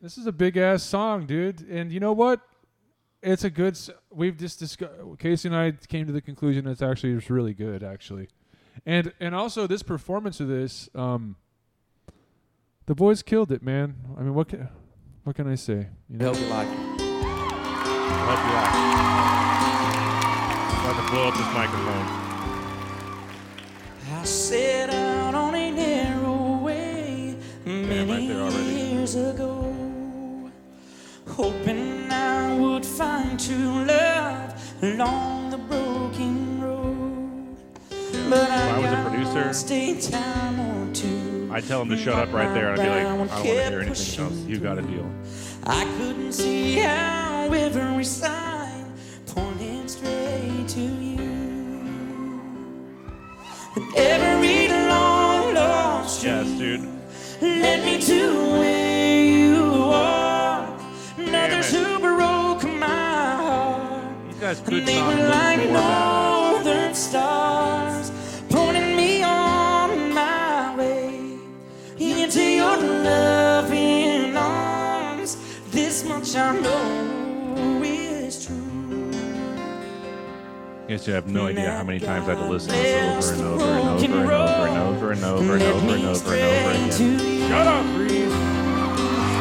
This is a big ass song, dude. And you know what? It's a good. s- We've just discussed. Casey and I came to the conclusion it's actually it's really good, actually. And and also this performance of this, um, the boys killed it, man. I mean, what can what can I say? You know, Help you like it. Hope you like it. I'm about to blow up this microphone. I set out on a narrow way Damn, right many there already. years ago, hoping I would find true love along the broken road. But If I was a producer, stay time or two. I'd tell him to shut up right there, and I'd be like, I don't want to hear anything else. You got a deal. I couldn't see how every sign pointed straight to you. But every long lost Yes, street dude. led me to where you are. Now there's it. who broke my heart. He does And good they songs. were like more bad. northern stars, pointing me on my way into your loving arms. This much I know is true. You guys have no idea how many times I had to listen to this over and over and over and over and over and over and over and over and over and over again. Shut up, Reese.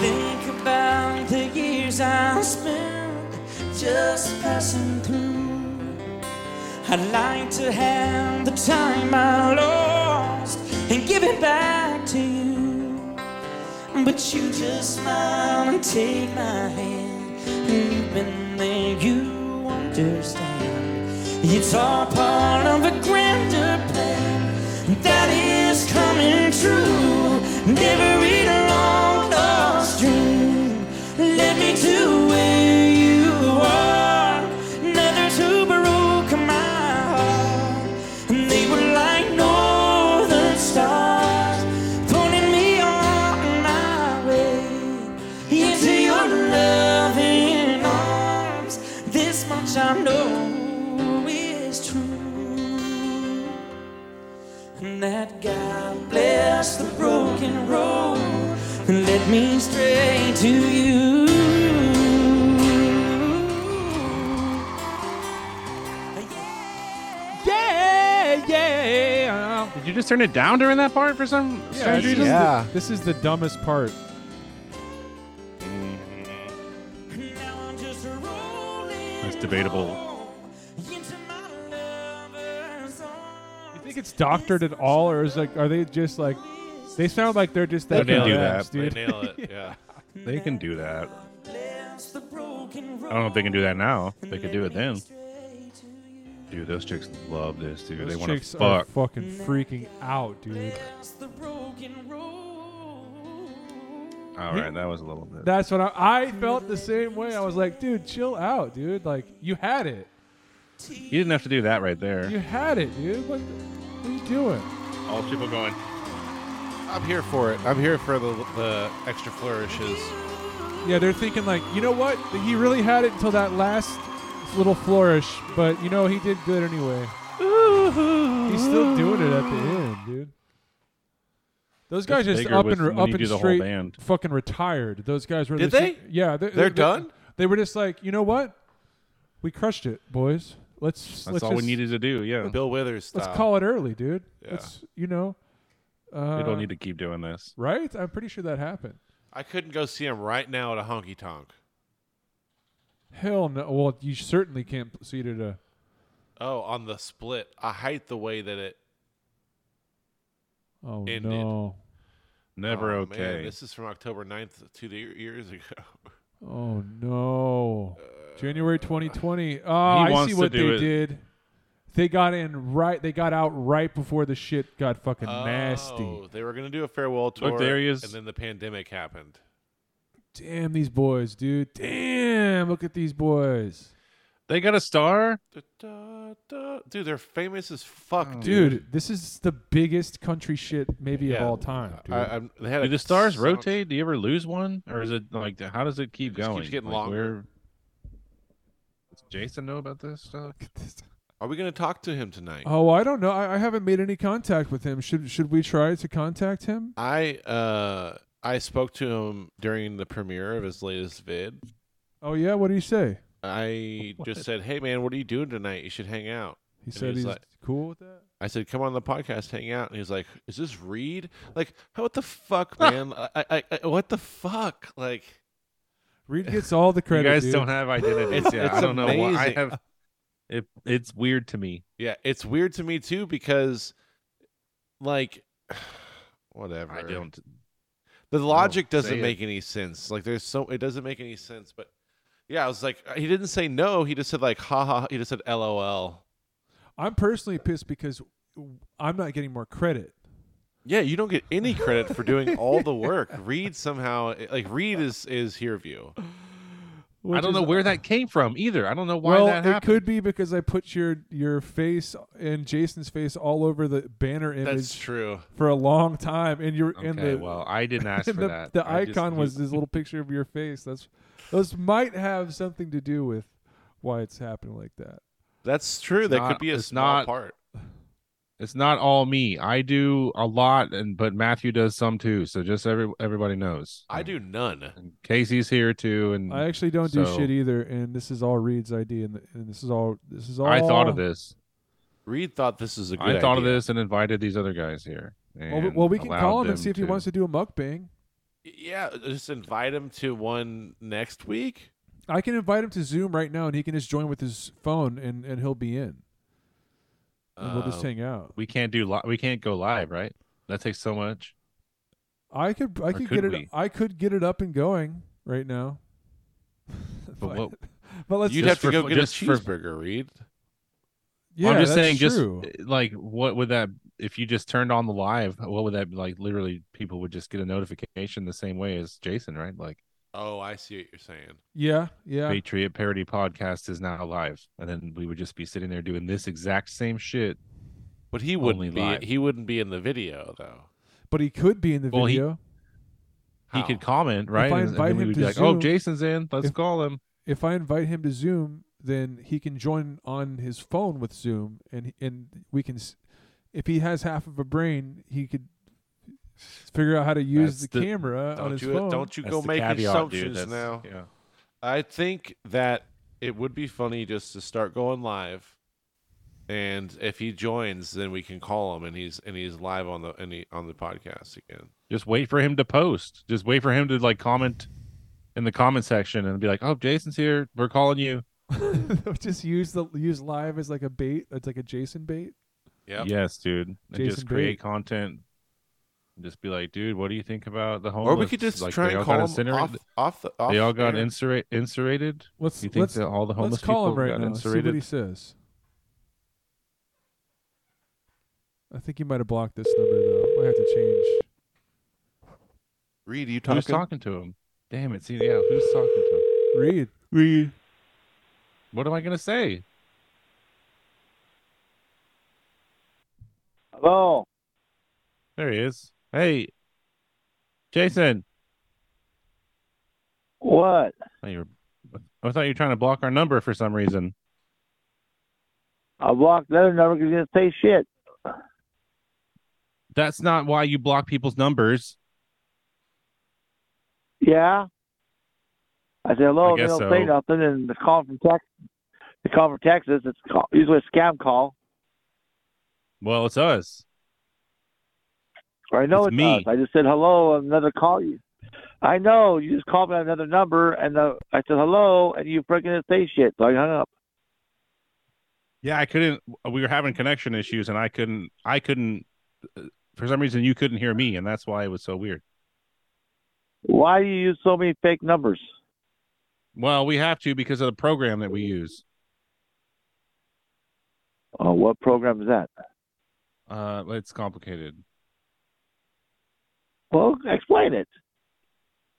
Think about the years I spent just passing through. I'd like to have the time I lost and give it back to you. But you just smile and take my hand. And you've been there, you understand. It's all part of a grander plan that is coming true. And every long lost dream led me to where you are. Another two broke my heart. And they were like northern stars, pointing me on my way into your loving arms. This much I know is true. And that God bless the broken road and led me straight to you. yeah, yeah. Did you just turn it down during that part for some strange this, is the, reason? Yeah. this is the dumbest part. Now I'm just rolling That's debatable. on into my lover's arms. You think it's doctored at all, or is like, are they just like, they sound like they're just that They nail good it. acts, They dude. nail it. Yeah. They can do that. Bless the broken road. I don't know if they can do that now. They could do it then. Straight to you. Dude, those chicks love this, dude. they Those want chicks to are fuck. fucking freaking out, dude. Bless the broken road. All right, that was a little bit. That's what I, I felt the same way. I was like, dude, chill out, dude. Like, you had it. You didn't have to do that right there. You had it, dude. What, what are you doing? All people going. I'm here for it. I'm here for the the extra flourishes. Yeah, they're thinking like, you know what? He really had it until that last little flourish, but you know he did good anyway. He's still doing it at the end, dude. Those guys just bigger up with- and when up you and do the whole straight, band. fucking retired. Those guys were Did just- they? Yeah, they're, They're done? They were just like, you know what? We crushed it, boys. Let's That's let's all just- we needed to do. Yeah, Bill Withers style. Let's call it early, dude. Uh, Yeah. Let's you know. Uh, we don't need to keep doing this. right? I'm pretty sure that happened. I couldn't go see him right now at a honky tonk. Hell no. Well, you certainly can't see it at a Oh, on the split. I hate the way that it Oh Ended. no. Never Oh, man, okay. this is from October 9th, two year- years ago. Oh no. January 2020. Oh, He I wants see to what they do it. did. They got in right. They got out right before the shit got fucking Oh, nasty. they were going to do a farewell tour. there he is. And then the pandemic happened. Damn these boys, dude. Damn, look at these boys, they got a star. Da, da, da. Dude, they're famous as fuck, dude. This is the biggest country shit maybe Yeah. of all time, dude. I, I'm, they had Do a the stars song- rotate? Do you ever lose one, or is it like how does it keep just going? keeps getting like, longer. where- Does Jason know about this stuff? Are we going to talk to him tonight? Oh, I don't know. I, I haven't made any contact with him. Should should we try to contact him? I uh I spoke to him during the premiere of his latest vid. Oh yeah, what do you say? I just said, "Hey man, what are you doing tonight? You should hang out." He And said he's he's like- cool with that. I said, "Come on the podcast, hang out." And he's like, "Is this Reed?" Like, how what the fuck, man? I, I, I what the fuck? Like, Reed gets all the You credit. guys dude. don't have identities. It's- yeah, it's I don't know why. I amazing. have. It, it's weird to me. yeah, it's weird to me too because, like, whatever. I don't. The logic say doesn't it. make any sense. Like, there's so it doesn't make any sense. But yeah, I was like, he didn't say no. He just said like, ha ha. He just said LOL. I'm personally pissed because I'm not getting more credit. Yeah, you don't get any credit for doing all the work. Reed somehow, like, Reed is is here view. I don't is- know where that came from either. I don't know why well, that it happened. could be because I put your your face and Jason's face all over the banner image That's true. for a long time, and you're okay, and the well, I didn't ask and for the, that. the I just- icon you- was this little picture of your face. That's those might have something to do with why it's happening like that. That's true. that not- could be a it's small not- part. It's not all me. I do a lot, and but Matthew does some too. So just every everybody knows. I do none. And Casey's here too, and I I, actually don't do So- shit either, and this is all Reed's idea, and, and this is all this is all. thought of this. Reed thought this is a good. I thought of idea. this and invited these other guys here. Well, we- and well, we can allowed call him them and see if he to- wants to do a mukbang. Yeah, just invite him to one next week. I can invite him to Zoom right now, and he can just join with his phone, and, and he'll be in, and we'll just Uh, hang out. We can't do. Li- we can't go live, right? That takes so much. I could I or could, could get it we? I could get it up and going right now. But what, But let's You'd just have to for- go get just a for- cheeseburger, Reed. yeah, I'm just that's saying, true. just uh, like what would that if you just turned on the live? What would that be like? Literally, people would just get a notification the same way as Jason, right? Like Oh, I see what you're saying. yeah, yeah. Patriot Parody Podcast is now live, and then we would just be sitting there doing this exact same shit. But he Only wouldn't be. live. He wouldn't be in the video though. But he could be in the Well, he- video He could How? comment, right? I And- and then invite we him would to be like, "Oh, Zoom- Jason's in. Let's if- call him." if I invite him to Zoom, then he can join on his phone with Zoom, and he- and we can, s if he has half of a brain, he could figure out how to use That's the, the- uh, camera on Don't his you? uh, phone. Don't you That's go the make caveat, dude. assumptions That's- now. Yeah. I think that it would be funny just to start going live, and if he joins, then we can call him, and he's and he's live on the and he, on the podcast again. Just wait for him to post. Just wait for him to like comment in the comment section and be like, "Oh, Jason's here. We're calling you." just use the use live as like a bait. It's like a Jason bait. Yep. Yes, dude. And Jason just create Bate. content. And just be like, dude, what do you think about the homeless? Or we could just Like, try they and all got call him incinerated- off, off the. Off They all got air. insura- insurated. Let's You think let's that all the homeless let's call people him right got now. and See what he insurated? says. I think he might have blocked this number though. Might have to change. Reed, are you Who's talking to him? Damn it! See, yeah, who's talking to him? Read. Read. What am I gonna say? Hello. There he is. Hey, Jason. What? I thought you were, I thought you were trying to block our number for some reason. I blocked the other number because you didn't say shit. That's not why you block people's numbers. Yeah. I said hello. I and They guess don't say so. nothing, and the call from Texas. The call from Texas. It's call, usually a scam call. Well, it's us. I know It's it's me. us. I just said hello. and Another call. You. I know you just called me on another number, and the, I said hello, and you freaking didn't say shit, so I hung up. Yeah, I couldn't. We were having connection issues, and I couldn't. I couldn't. uh, For some reason, you couldn't hear me, and that's why it was so weird. Why do you use so many fake numbers? Well, we have to because of the program that we use. Oh, what program is that? Uh, it's complicated. Well, explain it.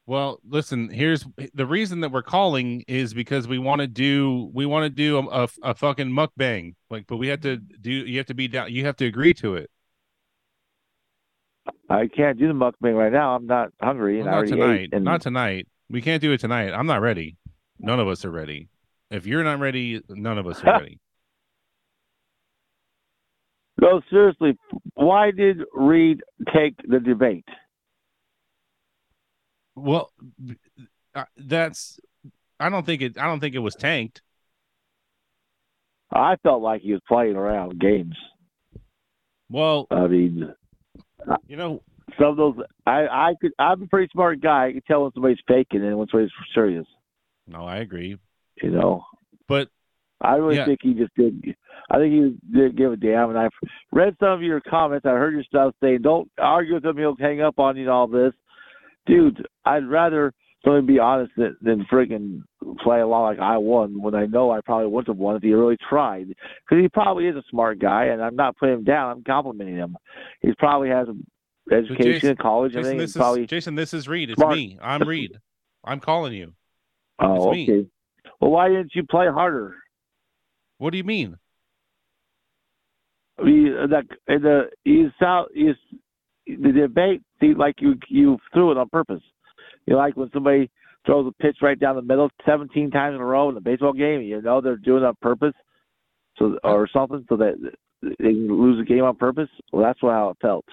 Well, listen, here's eh, the reason that we're calling is because we want to do we want to do a, a, a fucking mukbang. Like, but we have to do you have to be down you have to agree to it. I can't do the mukbang right now. I'm not hungry, and Well, I not already tonight. ate. And Not tonight. We can't do it tonight. I'm not ready. None of us are ready. If you're not ready, none of us are ready. No, seriously, why did Reed take the debate? Well, b- uh, that's I don't think it I don't think it was tanked. I felt like he was playing around games. Well, I mean, you know, some of those I I could I'm a pretty smart guy. I can tell when somebody's faking and when somebody's serious. no, I agree, You know, but I really Yeah. think he just did. I think he didn't give a damn. And I've read some of your comments. I heard your stuff saying, "Don't argue with him. He'll hang up on you and all this." Dude, I'd rather someone be honest than, than friggin' play along like I won when I know I probably wouldn't have won if he really tried. Because he probably is a smart guy, and I'm not putting him down. I'm complimenting him. He probably has education Jason- in college. and Jason, everything. this is He's probably Jason. This is Reed. It's Smart. me. I'm Reed. I'm calling you. Oh, It's me. okay. Well, why didn't you play harder? What do you mean? I mean, like in the you sound you the debate seemed like you you threw it on purpose. You know, like when somebody throws a pitch right down the middle seventeen times in a row in a baseball game. You know they're doing it on purpose, so or something, so that they can lose a game on purpose. Well, that's how it felt.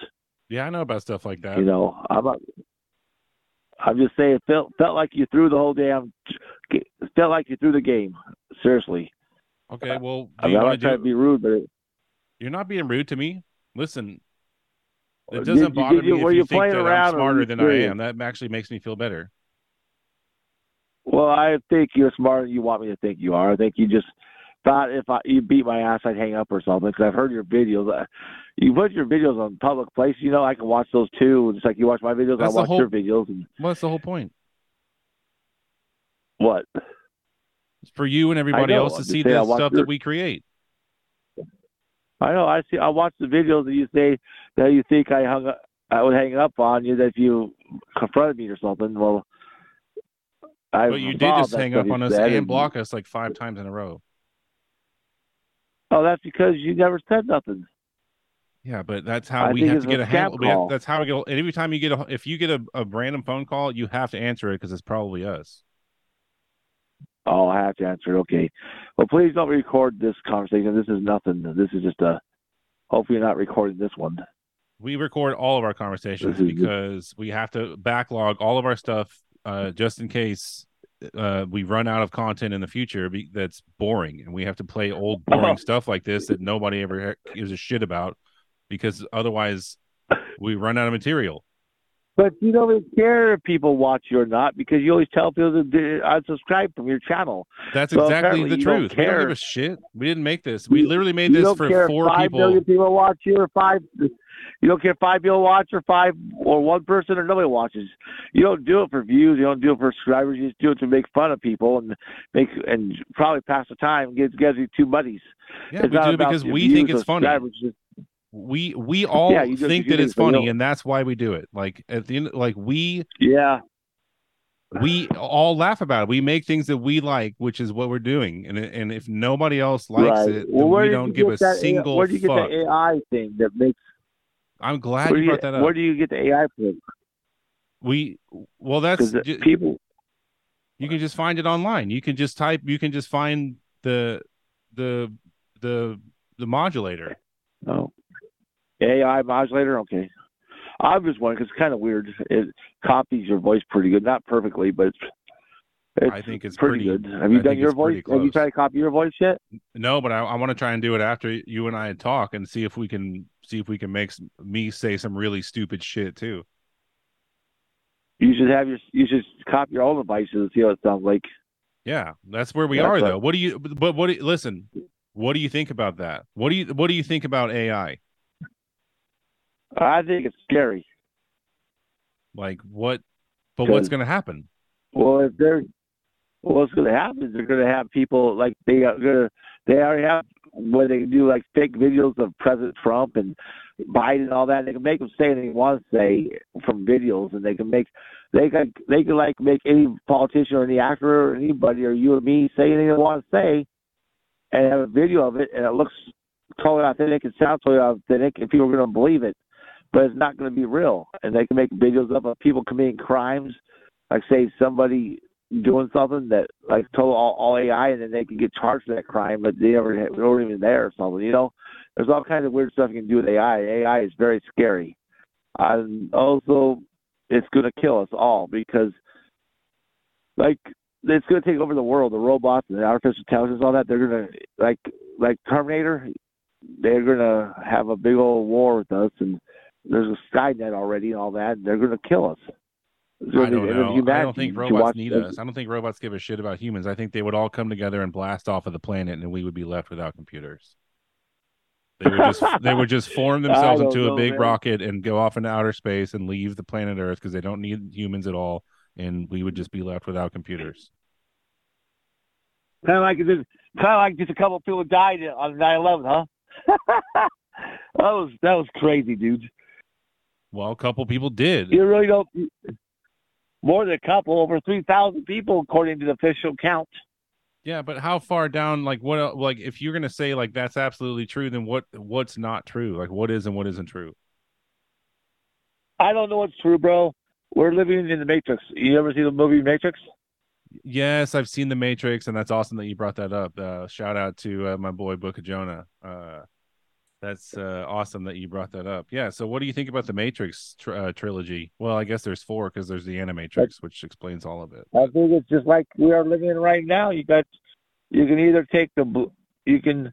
Yeah, I know about stuff like that. You know, I'm not, I'm just saying, it felt felt like you threw the whole damn felt like you threw the game. Seriously, okay, well, do I'm you not want trying to do? to be rude, but it, You're not being rude to me. Listen, it Did- doesn't did bother you- me were if you you think playing that I'm around or were smarter you than I serious? am. That actually makes me feel better. Well, I think you're smarter than you want me to think you are. I think you just thought if I, you beat my ass, I'd hang up or something. Because I've heard your videos. I, you put your videos on public place. You know, I can watch those too. Just like you watch my videos, That's I the watch whole- your videos. And Well, that's the whole point. what? It's for you and everybody know, else I'm to just see saying, I the want stuff your- that we create. I know. I see. I watch the videos that you say that you think I hung. up- I would hang up on you if you confronted me or something. Well, I but you did saw just that hang stuff up you on us said, and and- block us like five times in a row. Oh, that's because you never said nothing. Yeah, but that's how I we think have it's to get a a handle. scam we have- call. that's how we go. And every time you get a, if you get a, a random phone call, you have to answer it because it's probably us. Oh, I have to answer it. Okay. Well, please don't record this conversation. This is nothing. This is just a. Hopefully, you're not recording this one. We record all of our conversations This is- because we have to backlog all of our stuff uh, just in case uh, we run out of content in the future be- that's boring, and we have to play old boring stuff like this that nobody ever gives a shit about because otherwise we run out of material. But you don't even care if people watch you or not because you always tell people to do- unsubscribe from your channel. That's So exactly the apparently you don't truth. We don't give care. a shit. We didn't make this. We You- literally made you this don't for care if four five people. million people watch you or five. You don't care if five people watch or five or one person or nobody watches. You don't do it for views. You don't do it for subscribers. You just do it to make fun of people and make and probably pass the time. and Get together two buddies. Yeah, It's we not do about because the we think views it's or funny. subscribers. It's We we all you do- think you that do it's it for funny, real. and that's why we do it. Like at the end, like we Yeah. we all laugh about it. We make things that we like, which is what we're doing. And and if nobody else likes right. it, Well, then where we did don't you give get a that A- single Where do you get fuck. the AI thing that makes? I'm glad where, you do you, brought that where up. do you get the AI from? We well, that's Because ju- uh, people. you can just find it online. You can just type. You can just find the the the the modulator. Oh. AI modulator. Okay. I was wondering because it's kind of weird. It copies your voice pretty good, not perfectly, but it's, it's I think it's pretty, pretty. good. Have you I done think your it's pretty voice? Have close. you tried to copy your voice yet? No, but I, I want to try and do it after you and I talk and see if we can see if we can make s- me say some really stupid shit too. You should have your. You should copy your own devices and see how it sounds like. Yeah, that's where we Yeah, are but- though. What do you? But what? do you- Listen, what do you think about that? What do you? What do you think about AI? I think it's scary. Like what? But what's Good. going to happen? Well, if they're what's going to happen is they're going to have people like they are going to they already have where they do like fake videos of President Trump and Biden and all that. They can make them say anything they want to say from videos, and they can make they can they can like make any politician or any actor or anybody or you or me say anything they want to say, and have a video of it, and it looks totally authentic and sounds totally authentic, and people are going to believe it. But it's not going to be real, and they can make videos up of people committing crimes like say somebody doing something that like told all, all AI, and then they can get charged for that crime, but they never had- they weren't even there or something. You know, There's all kinds of weird stuff you can do with AI. AI is very scary. And also, it's going to kill us all because, like, it's going to take over the world. The robots and the artificial intelligence, all that. They're going to like, like Terminator. They're going to have a big old war with us, and there's a Skynet already and all that. And they're going to kill us. It's gonna I be- don't it's know. I humanity. don't think You watch robots need this- us. I don't think robots give a shit about humans. I think they would all come together and blast off of the planet, and we would be left without computers. They would just they would just form themselves I don't into a know, big man. rocket and go off into outer space and leave the planet Earth because they don't need humans at all, and we would just be left without computers. Kind of like just, kind of like just a couple of people died on 9/11, huh? that was that was crazy, dude. Well, a couple people did. You really don't. More than a couple, over 3,000 people, according to the official count. Yeah, but how far down? Like what? el- Like if you're gonna say like that's absolutely true, then what? What's not true? Like what is and what isn't true? I don't know what's true, bro. We're living in the Matrix. You ever see the movie Matrix? Yes, I've seen The Matrix, and that's awesome that you brought that up. Uh, shout out to uh, my boy Book of Jonah. Uh, that's uh, awesome that you brought that up. Yeah. So, what do you think about the Matrix tr- uh, trilogy? Well, I guess there's four because there's the Animatrix, which explains all of it. I think it's just like we are living in right now. You got, you can either take the, bl- you can,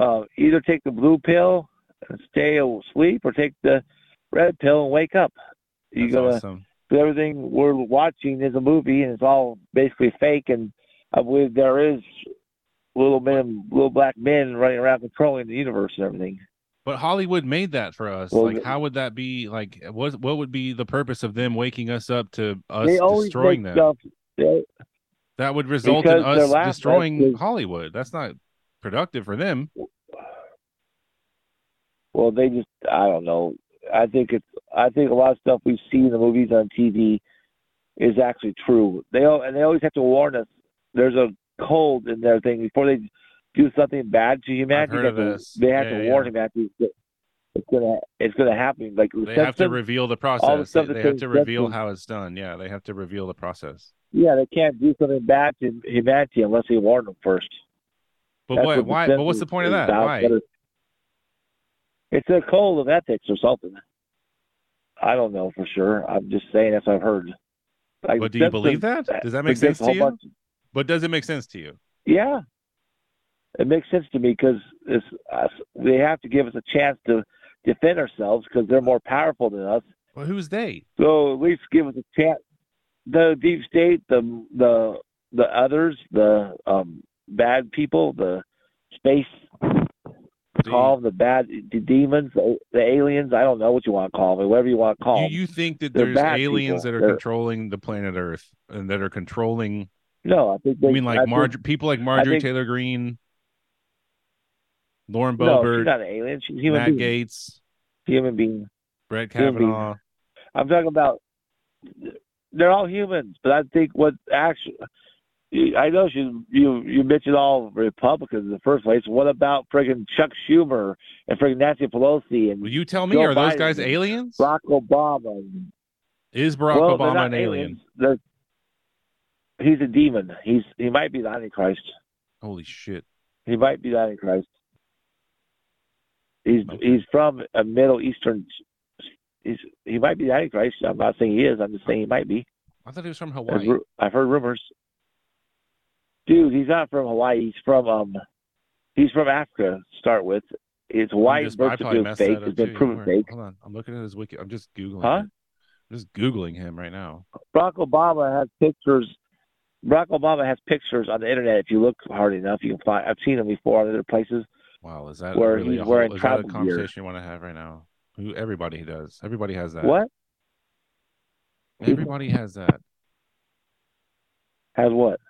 uh, either take the blue pill and stay asleep, or take the red pill and wake up. You uh, That's gotta awesome. everything we're watching is a movie and it's all basically fake and I believe there is little men little black men running around controlling the universe and everything. But Hollywood made that for us. Well, like, the- how would that be? Like, what what would be the purpose of them waking us up to us they always destroying make them? stuff they, That would result in Because they're us laugh- destroying that's- Hollywood. That's not productive for them. well they just I don't know. I think it's I think a lot of stuff we see in the movies on TV is actually true. They al- and they always have to warn us there's a cold in their thing before they do something bad to humanity. heard of they have to- this. They have Yeah, to yeah, warn humanity that it's gonna it's gonna happen. Like they have to Simpsons- reveal the the process. They, stuff that they have they to reveal ingested. how it's done. Yeah, they have to reveal the process. Yeah, they can't do something bad to humanity unless they warn them first. But That's why? what the why but what's the sentence point of is that? about. Why? That is- It's a code of ethics or something. I don't know for sure. I'm just saying that's what I've heard. Like, But do you believe Simpsons that? Does that make predicts sense a to whole you? bunch- But does it make sense to you? Yeah, it makes sense to me because it's us. They have to give us a chance to defend ourselves because they're more powerful than us. Well, who's they? So at least give us a chance. The deep state, the the the others, the um, bad people, the space Do call you, 'em, the bad the demons, the, the aliens. I don't know what you want to call them, whatever you want to call do them. you think that Oh, They're there's bad aliens people. that are They're- controlling the planet Earth and that are controlling? no, I think. They, I mean, like I think- Marge, people like Marjorie think- Taylor Greene, Lauren No, she's Boebert, not an alien. She's a human Matt being. Gates, Human being. Brett Human being. Kavanaugh. I'm talking about they're all humans, but I think what actually I know you you you mentioned all Republicans in the first place. What about friggin' Chuck Schumer and friggin' Nancy Pelosi and Will you tell me? Joe are those Biden. guys aliens? Barack Obama? And, Is Barack well, they're Obama not an aliens. alien? They're, he's a demon. He's he might be the Antichrist. Holy shit! He might be the Antichrist. He's Okay. he's from a Middle Eastern. He's he might be the Antichrist. I'm not saying he is. I'm just saying he might be. I thought he was from I've, Hawaii. ru- I've heard rumors. Dude, he's not from Hawaii. He's from um, he's from Africa. To start with, his I'm Hawaiian just- I birth probably certificate messed that fake up has too. been proven Don't worry. fake. Hold on, I'm looking at his wiki. I'm just googling. Huh? it. I'm just googling him right now. Barack Obama has pictures. Barack Obama has pictures on the internet. If you look hard enough, you can find. I've seen them before on other places. Wow, is that Where really he's a whole, wearing is that a travel gear. conversation you want to have right now? Who everybody does. Everybody has that. What Everybody has that. has what?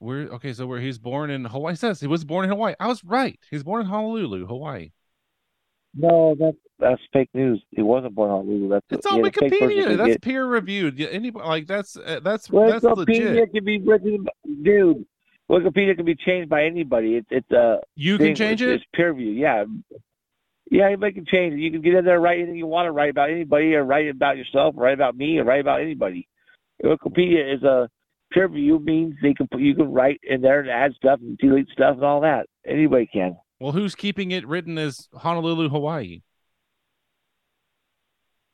Where okay, so where he's born in Hawaii. It says he was born in Hawaii. I was right. He's born in Honolulu, Hawaii. No, that's that's fake news. He wasn't born on Lulu. That's It's he on had a fake birth Wikipedia. That's certificate. peer reviewed. Yeah, anybody like that's uh, that's that's Wikipedia legit. can be written, dude. Wikipedia can be changed by anybody. It's it's uh You can thing. change It's- it. It's peer review. Yeah. Yeah, anybody can change it. You can get in there, and write anything you want to write about anybody, or write about yourself, write about me, or write about anybody. Wikipedia is a peer review means they can put, you can write in there and add stuff and delete stuff and all that. Anybody can. Well, who's keeping it written as Honolulu, Hawaii?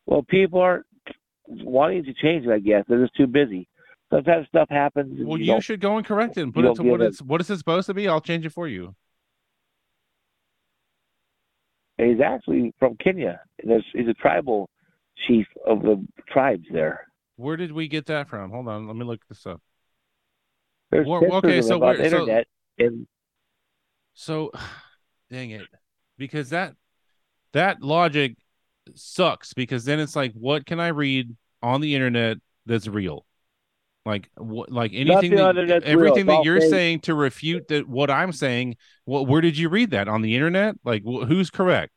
Well, people are wanting to change it. I guess they're just too busy. Sometimes stuff happens. and Well, you you don't- should go and correct it and put you it to don't what get it. it's what is it supposed to be? I'll change it for you. he's actually from Kenya. And there's, he's a tribal chief of the tribes there. Where did we get that from? Hold on, let me look this up. There's Well, pictures okay, of so him on the we're- so- internet, and So, dang it, because that that logic sucks. Because then it's like, what can I read on the internet that's real? Like what? Like anything? on That, it that's real. everything It's that all you're fake. saying to refute that what I'm saying. What? Where did you read that on the internet? Like wh- who's correct?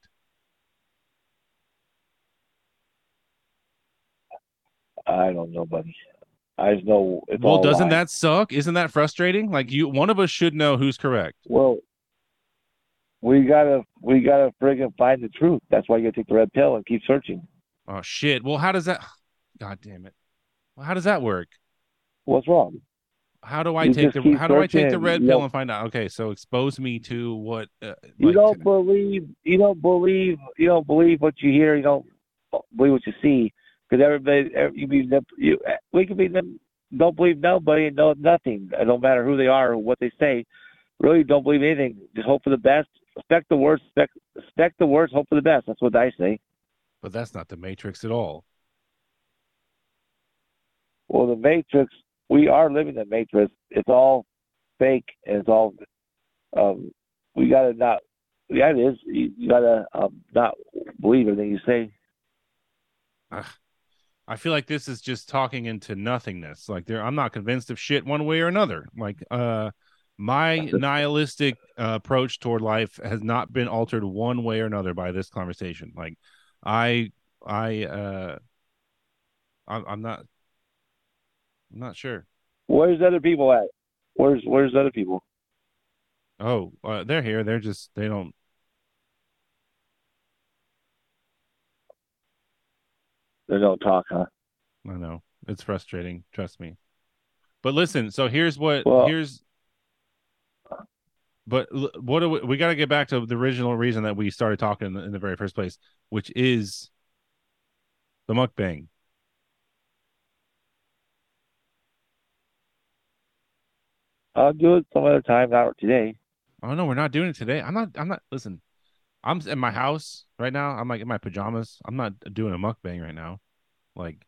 I don't know, buddy. I just know it's well, all doesn't lies. that suck? Isn't that frustrating? Like you, one of us should know who's correct. Well, we gotta we gotta friggin' find the truth. That's why you gotta take the red pill and keep searching. Oh shit. Well, how does that? God damn it. Well, how does that work? What's wrong? How do I You take just the keep How do I take the searching, red you pill know. and find out? Okay, so expose me to what? Uh, You like, don't believe you don't believe you don't believe what you hear. You don't believe what you see because everybody every- you be nip- you eh, we can be nip- don't believe nobody and know nothing. It don't matter who they are or what they say. Really, don't believe anything. Just hope for the best. Expect the worst. Expect, expect the worst. Hope for the best. That's what I say. but that's not the Matrix at all. Well, the Matrix, we are living the Matrix. It's all fake and it's all, um, we gotta not, yeah, it is. You, you gotta um, not believe everything you say. I feel like this is just talking into nothingness. Like there, I'm not convinced of shit one way or another. Like, uh, my nihilistic uh, approach toward life has not been altered one way or another by this conversation. Like, I, I, uh, I'm, I'm not, I'm not sure. Where's the other people at? Where's where's the other people? Oh, uh, they're here. They're just they don't. They don't talk, huh? I know it's frustrating. Trust me. But listen. So here's what Well- here's. But l- what do we, we got to get back to the original reason that we started talking in the, in the very first place, which is the mukbang. I'll do it some other time, not today. Oh no, we're not doing it today. I'm not. I'm not. Listen, I'm s- in my house right now. I'm like in my pajamas. I'm not doing a mukbang right now. Like,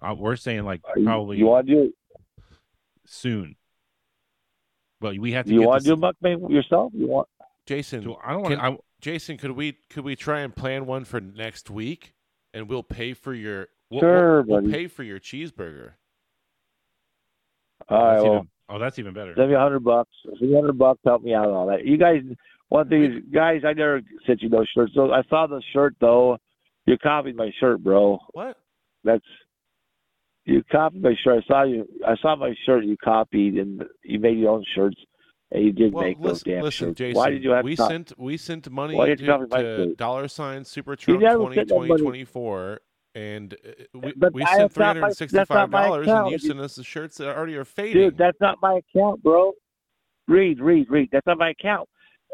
I, we're saying like Are Uh, you, probably you want to do? soon. But we have to You get want this- to do mukbang yourself? You want? Jason, Do- I don't want. Can- I, Jason, could we could we try and plan one for next week, and we'll pay for your we'll, Sure, we'll, we'll buddy. pay for your cheeseburger. All right. that's Well, even- oh, that's even better. Give me a hundred bucks. Three hundred bucks help me out and all that. You guys, one thing is, guys, I never sent you those shirts. So I saw the shirt though. You copied my shirt, bro. What? That's you copied my shirt. I saw you. I saw my shirt. You copied and you made your own shirts, and you did Well, make those listen, damn listen shirts. Jason. Why did you have we to? sent we sent money Why to, did you copy my to shirt? dollar sign Super Trump never twenty sent no twenty money. twenty four, and uh, we, But we I- sent that's three not hundred my- and that's sixty five not my dollars, and account. you If you- sent us the shirts that already are fading. Dude, that's not my account, bro. Read, read, read. That's not my account.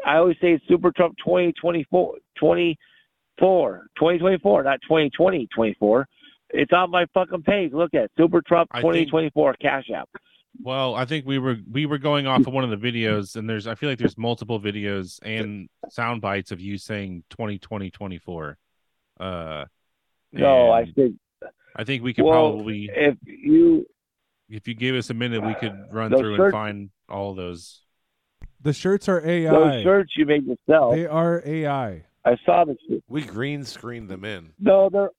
I always say it's Super Trump 2024, 24, 2024, not 2020, 24. It's on my fucking page. Look at it. Super Trump I think- 2024 Cash App. Well, I think we were we were going off of one of the videos, and there's I feel like there's multiple videos and sound bites of you saying 2020 24. Uh, No, I and said I think we could well, probably if you if you give us a minute, we could run those through and shirts- find all those. The shirts are those AI. shirts you made yourself, They are AI. I saw the shit. we green screened them in. No, they're.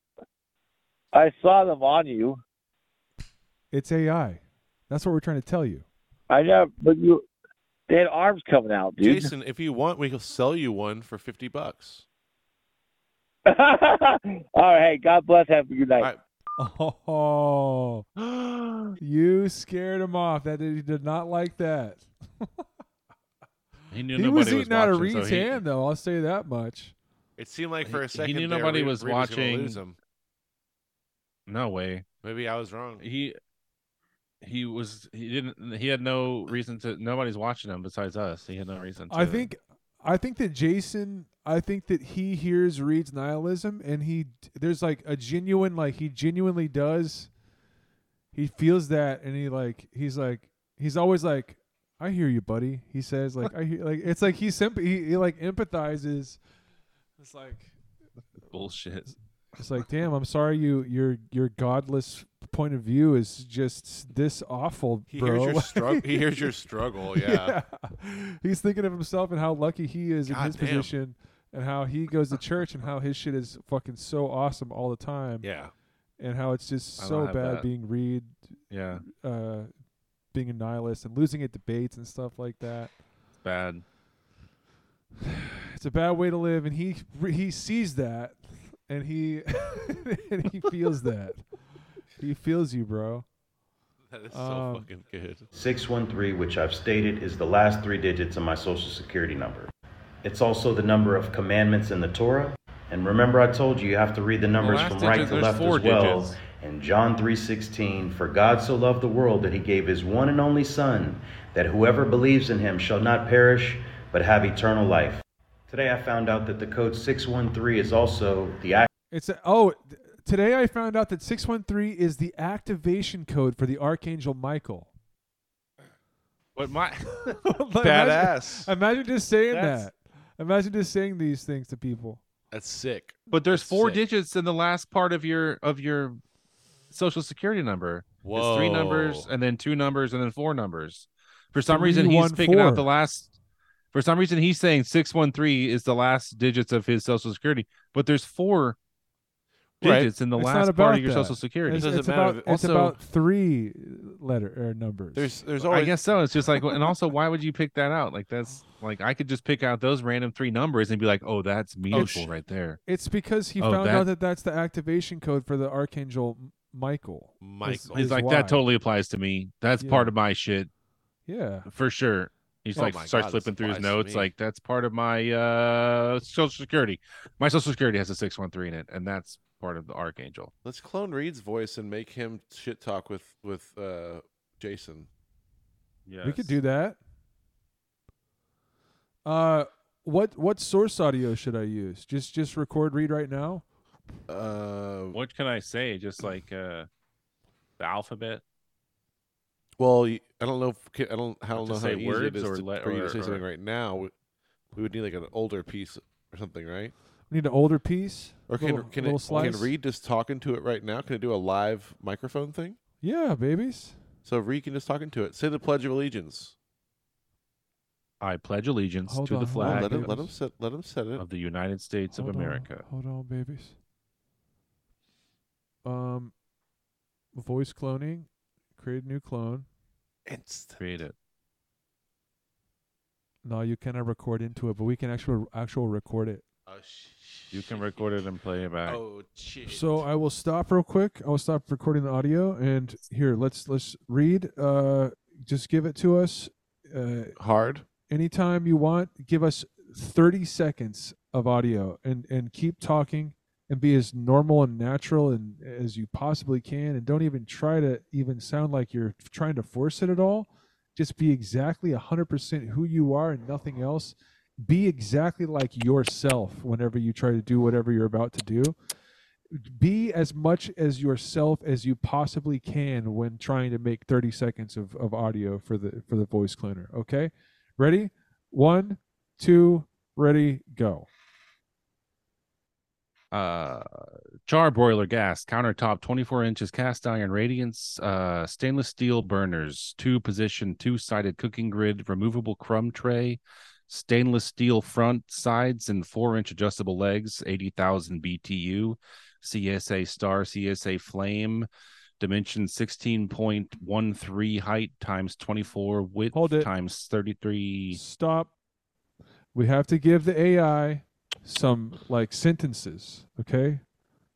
I saw them on you. It's AI. That's what we're trying to tell you. I know, but you. They had arms coming out, dude. Jason, if you want, we'll sell you one for fifty bucks. All right. hey, God bless. Have a good night. All right. Oh, you scared him off. That he did not like that. He knew He nobody was was, eating out of watching, Reed's so he- hand, though. I'll say that much. It seemed like He- for he a second knew there, nobody Reed- was Reed gonna watching. lose him. No way. Maybe I was wrong. he he was he didn't he had no reason to nobody's watching him besides us he had no reason to I think I think that Jason, I think that he hears Reed's nihilism, and he there's like a genuine, like he genuinely does. He feels that, and he like he's like he's always like, "I hear you, buddy." He says like, "I hear," like it's like he simp- he, he like empathizes. It's like Bullshit. it's like, damn, I'm sorry you your your godless point of view is just this awful, He bro. hears your struggle. He hears your struggle. Yeah. Yeah. He's thinking of himself and how lucky he is in God his damn. position and how he goes to church and how his shit is fucking so awesome all the time Yeah. and how it's just I don't so have bad that. being Reed, Yeah, uh, being a nihilist and losing at debates and stuff like that. it's bad. It's a bad way to live and he he sees that and he and he feels that. He feels you, bro. That is so Um, fucking good. 613, which I've stated is the last three digits of my social security number. It's also the number of commandments in the Torah. And remember I told you you have to read the numbers last from digit, right to there's left four as well. digits. And John 3:16, for God so loved the world that he gave his one and only son that whoever believes in him shall not perish but have eternal life. Today I found out that the code 613 is also the act It's a, oh, th- today I found out that 613 is the activation code for the archangel Michael. But my Like, Badass. Imagine, imagine just saying That's- that. Imagine just saying these things to people. that's sick. But there's That's four sick. digits in the last part of your of your social security number. It's three numbers Whoa. and then two numbers and then four numbers. For some Three, reason he's one, picking four. out the last for some reason he's saying 613 is the last digits of his social security, but there's four Right. digits in the It's not last part about of your that. social security. It's, doesn't it's matter. about it's Also- about three letter or numbers. There's there's I always guess so. It's just like and also why would you pick that out? Like that's like I could just pick out those random three numbers and be like, "Oh, that's meaningful sh- right there." it's because he Oh, found that- out that that's the activation code for the archangel M- Michael. Michael. is- He's like, why. "That totally applies to me. That's Yeah. part of my shit." Yeah, for sure. He's Oh like my starts God, this flipping through his applies to notes, me. like that's part of my uh social security. My social security has a six one three in it, and that's part of the archangel. Let's clone Reed's voice and make him shit talk with with uh, Jason. Yeah, we could do that. Uh, what what source audio should I use? Just just record read right now. Uh, What can I say? Just like uh the alphabet, well, y- I don't know. If, ca- I don't. I don't to know how say easy words it is or to, let- for you to or- say or- something right now. We, we would need like an older piece or something, right? We need an older piece. Or can little, can little it, slice. can Reed just talk into it right now? Can it do a live microphone thing? Yeah, babies. So Reed can just talk into it. Say the Pledge of Allegiance. I pledge allegiance Hold to on, the hold on, Oh, flag let him let goodness. him set let him set it. of the United States of Hold on, America. Hold on, babies. Um, voice cloning, create a new clone. Inst- Create it. No, you cannot record into it, but we can actual actual record it. Oh, sh- You can record it and play it back. Oh shit. So I will stop real quick. I will stop recording the audio, and here let's let's read. Uh, just give it to us. Uh, hard. anytime you want. Give us thirty seconds of audio, and and keep talking, and be as normal and natural and as you possibly can, and don't even try to even sound like you're trying to force it at all. Just be exactly hundred percent who you are and nothing else. Be exactly like yourself whenever you try to do whatever you're about to do. Be as much as yourself as you possibly can when trying to make 30 seconds of, of audio for the for the voice cloner. Okay? Ready? One, two, ready, go. uh char broiler gas countertop 24 inches cast iron radiance uh stainless steel burners two position two sided cooking grid removable crumb tray stainless steel front sides and four inch adjustable legs 80000 btu csa star csa flame dimension 16.13 height times 24 width Hold it. times 33 Stop. We have to give the AI some like sentences, okay?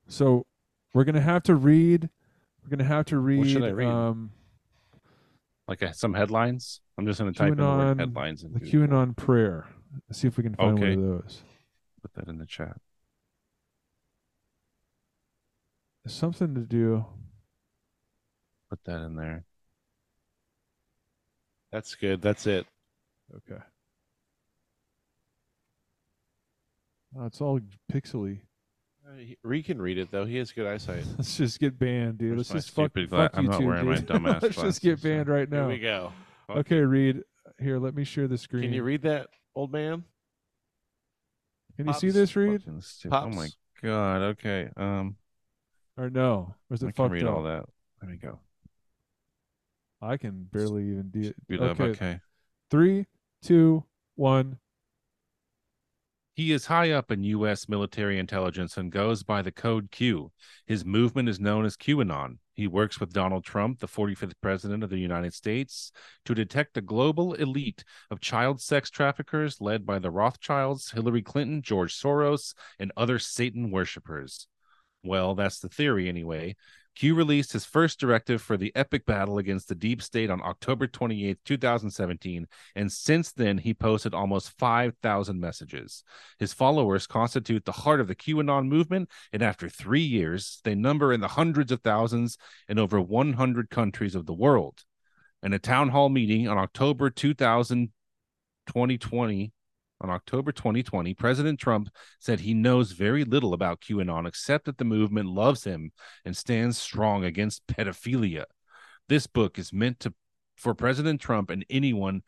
So we're gonna have to read. We're gonna have to read. What should I read? Um, like uh, some headlines i'm just going to type in the QAnon- word headlines and the QAnon prayer. Let's see if we can find Okay. one of those. put that in the chat Something to do. put that in there. That's good. That's it. Okay. Oh, it's all pixely. Uh, he- Ree can read it though. He has good eyesight. Let's just get banned, dude. Let's Where's my just fuck, stupid gla- fuck I'm not YouTube, wearing my dude. dumbass Let's just get glasses, so banned right now. Here we go. Fuck Okay, Reed. Here, let me share the screen. Can you read that, old man? Can you see Pops? this, Reed? Fucking stupid. Oh my Pops. god. Okay. Um, Or no? Or is it I can fucked read up? all that. There we go. I can barely even do it. Speed up, okay. okay. Three, two, one. He is high up in U.S. military intelligence and goes by the code Q. His movement is known as QAnon. He works with Donald Trump, the 45th president of the United States, to detect the global elite of child sex traffickers led by the Rothschilds, Hillary Clinton, George Soros, and other Satan worshippers. Well, that's the theory anyway. Q released his first directive for the epic battle against the deep state on October 28, 2017, and since then he posted almost 5,000 messages. His followers constitute the heart of the QAnon movement, and after three years, they number in the hundreds of thousands in over 100 countries of the world. In a town hall meeting on October 2000, 2020, on October 2020, President Trump said he knows very little about QAnon except that the movement loves him and stands strong against pedophilia. This book is meant to for President Trump and anyone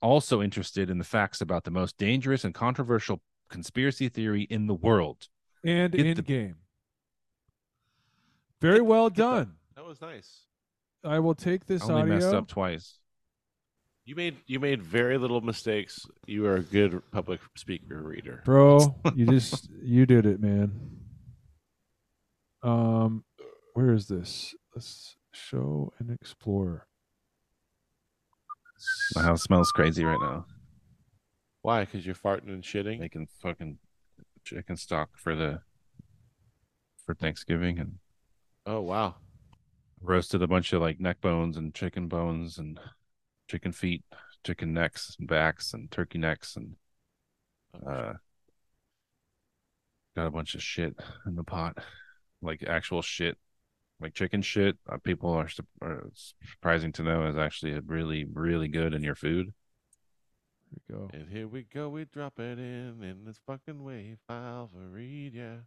also interested in the facts about the most dangerous and controversial conspiracy theory in the world. And Get in the- game. Very well done. That was nice. I will take this I only audio. messed up twice. You made you made very little mistakes. You are a good public speaker reader. Bro, you just you did it, man. Um where is this? Let's show and explore. My house smells crazy right now. Why? Because you're farting and shitting. Making fucking chicken stock for the for Thanksgiving and Oh wow. roasted a bunch of like neck bones and chicken bones and chicken feet, chicken necks and backs and turkey necks and uh got a bunch of shit in the pot like actual shit like chicken shit uh, people are, sup- are surprising to know is actually really really good in your food Here we go. And here we go. We drop it in in this fucking wave file for read. Yeah.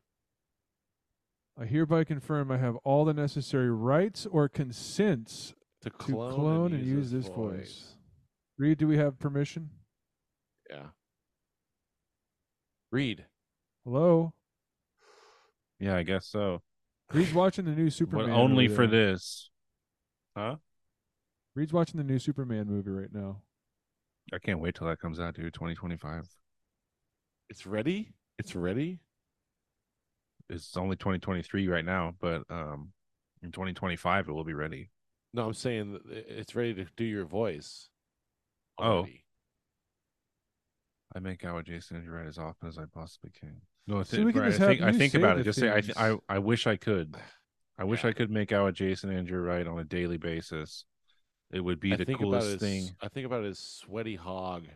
I hereby confirm I have all the necessary rights or consents To to clone, clone and use this voice. Reed, do we have permission? Yeah. Read. Hello? yeah i guess so Reed's watching the new Superman. but only over for there. this huh Reed's watching the new Superman movie right now. i can't wait till that comes out dude 2025 It's ready. It's ready. it's only 2023 right now but um in 2025 it will be ready No, I'm saying that i- it's ready to do your voice. Oh. already. I make out with Jason and right as often as I possibly can. No, I, See, think- we can right, just I have think, I you think say about the it. Just say, I, th- I, things. I wish I could. I wish Yeah. I could make out with Jason and Andrew Wright on a daily basis. It would be I the think about coolest it as- thing. I think about it as sweaty hog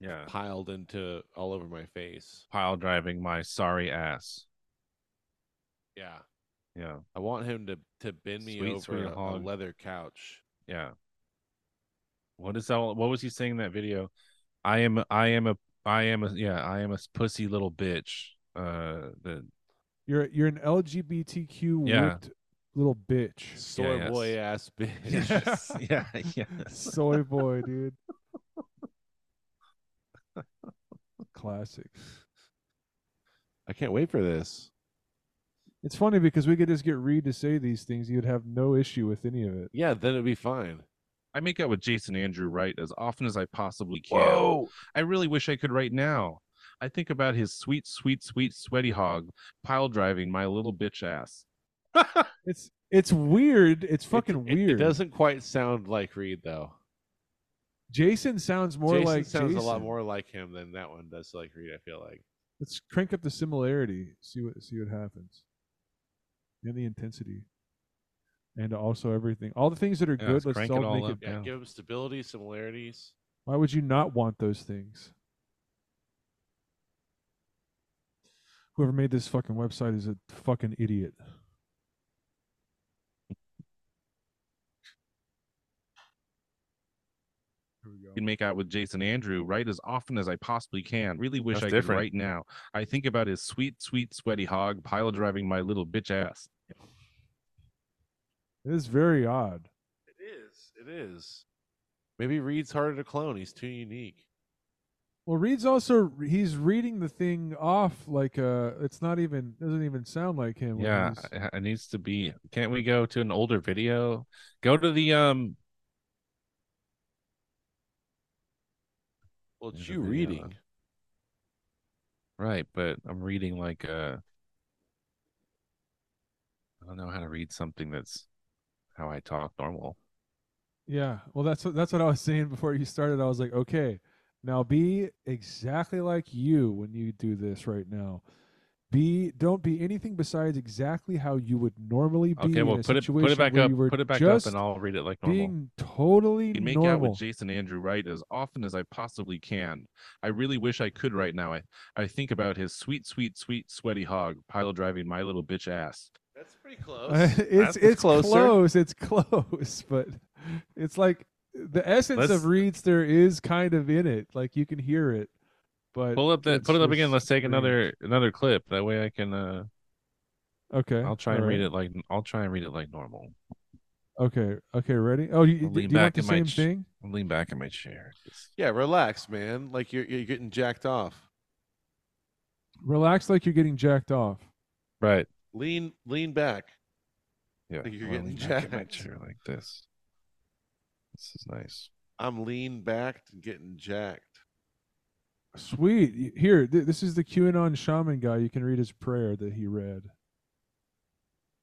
Yeah. piled into all over my face. Pile driving my sorry ass. Yeah. Yeah. I want him to to bend me Sweet, over sweet a, a hog. leather couch. Yeah. What is that? all- What was he saying in that video? I am, I am a, I am a, yeah, I am a s- pussy little bitch. Uh, the, You're you're an LGBTQ Yeah. whipped little bitch. Soy yes. boy ass bitch. Yes. yeah, yes. Soy boy, dude. Classic. I can't wait for this. It's funny because we could just get Reed to say these things. You'd have no issue with any of it. Yeah, then it'd be fine. I make out with Jason Andrew Wright as often as I possibly can. I really wish I could right now. I think about his sweet, sweet, sweet sweaty hog pile driving my little bitch ass. It's it's weird. It's It- fucking it- weird. It doesn't quite sound like Reed though. Jason sounds more Jason like sounds a lot Jason. more like him than that one does like Reed. I feel like. Let's crank up the similarity. See what see what happens. And the intensity. And also everything. All the things that are Yeah, good, let's let's crank all it all make up. it. Yeah, Yeah. give him stability, similarities. Why would you not want those things? Whoever made this fucking website is a fucking idiot. Here we go. Can make out with Jason Andrew, right, as often as I possibly can. Really wish That's I different. could right now. I think about his sweet, sweet, sweaty hog pile driving my little bitch ass. It is very odd. It is. It is. Maybe Reed's harder to clone. He's too unique. Well, Reed's also he's reading the thing off like uh it's not even doesn't even sound like him. when Yeah, he's- it it needs to be. Can't we go to an older video? Go to the um. Well, it's There's a you video reading. on. Right, but I'm reading like uh. I don't know how to read something that's how I talk normal. Yeah. Well, that's what that's what I was saying before you started. I was like, okay, now be exactly like you when you do this right now. Be don't be anything besides exactly how you would normally be. Okay, in well a put it put situation it back where up. you were Put it back up, just and I'll read it like normal. being totally can make out normal. with Jason Andrew Wright as often as I possibly can. I really wish I could right now. I, I think about his sweet, sweet, sweet, sweaty hog pile driving my little bitch ass. That's pretty close. it's That's it's closer. close. It's close, but it's like the essence Let's- of Reedster is kind of in it. Like you can hear it, but Pull up that. it's Put it up again. just Let's take strange. another another clip. That way I can. uh Okay, I'll try and alright. read it like I'll try and read it like normal. Okay, okay, ready? Oh, you, I'll do lean you want back the in my same ch- thing? I'll lean back in my chair. Yeah, relax, man. Like you're you're getting jacked off. Relax like you're getting jacked off. Right. Lean lean back. Yeah. Like you're I'm gonna getting lean back in my jacked. chair like this. This is nice. I'm lean backed and getting jacked. Sweet. Y- Here, th- this is the QAnon shaman guy. You can read his prayer that he read.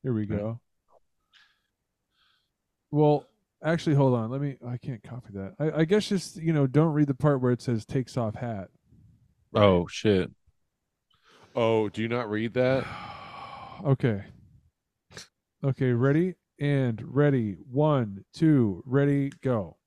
Here we Okay. go. Well, actually, hold on. Let me. I can't copy that. I, I guess just you know, don't read the part where it says takes off hat. Oh shit. Oh, do you not read that? okay. Okay, ready and ready. One, two, ready, go.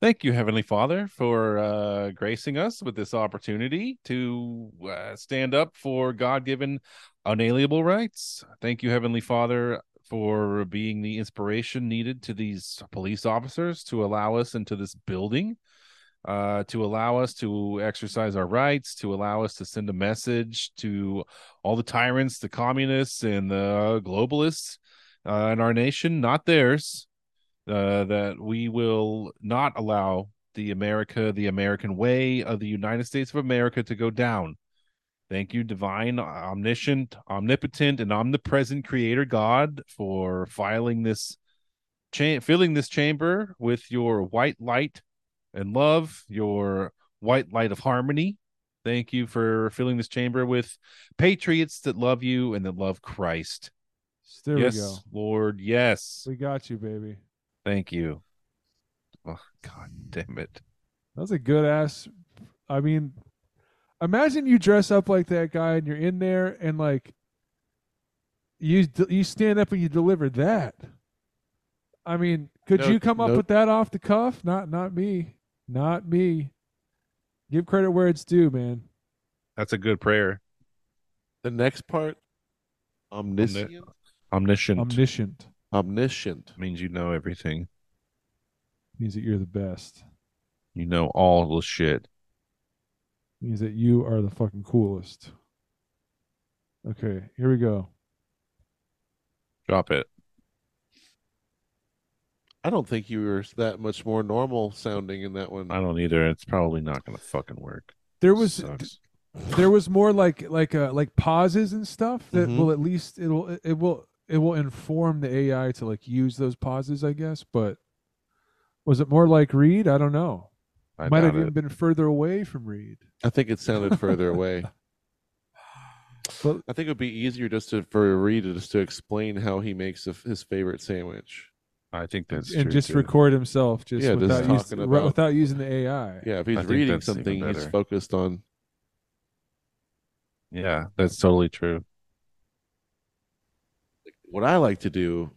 Thank you, Heavenly Father, for uh, gracing us with this opportunity to uh, stand up for God given unalienable rights. Thank you, Heavenly Father, for being the inspiration needed to these police officers to allow us into this building, uh, to allow us to exercise our rights, to allow us to send a message to all the tyrants, the communists, and the globalists uh, in our nation, not theirs uh, that we will not allow the America, the American way of the United States of America to go down. Thank you, divine, omniscient, omnipotent, and omnipresent Creator God, for filing this, cha- filling this chamber with your white light and love, your white light of harmony. Thank you for filling this chamber with patriots that love you and that love Christ. There yes, we go. Lord, yes. We got you, baby. Thank you. Oh, God damn it. That's a good ass. I mean, imagine you dress up like that guy and you're in there and like you d- you stand up and you deliver that. I mean, could No- you come up no- with that off the cuff? Not not me. Not me. Give credit where it's due, man. That's a good prayer. The next part, omniscient. Omniscient Omniscient omniscient. means you know everything. means that you're the best. You know all the shit. Means that you are the fucking coolest. Okay, here we go. Drop it. I don't think you were that much more normal sounding in that one. I don't either. It's probably not going to fucking work. There was Sucks. there was more like like uh like pauses and stuff that Mhm. will at least it'll it will it will inform the AI to like use those pauses, I guess. But was it more like Reed? I don't know. I Might have doubt even it. been further away from Reed. I think it sounded further away. Well- I think it would be easier just to, for Rita just to explain how he makes a, his favorite sandwich. I think that's and true, just too. record himself just Yeah, just without us- talking ri- about- without using the AI. Yeah, if I he's think reading that's even something, he's better. focused on. Yeah, that's totally true. What I like to do,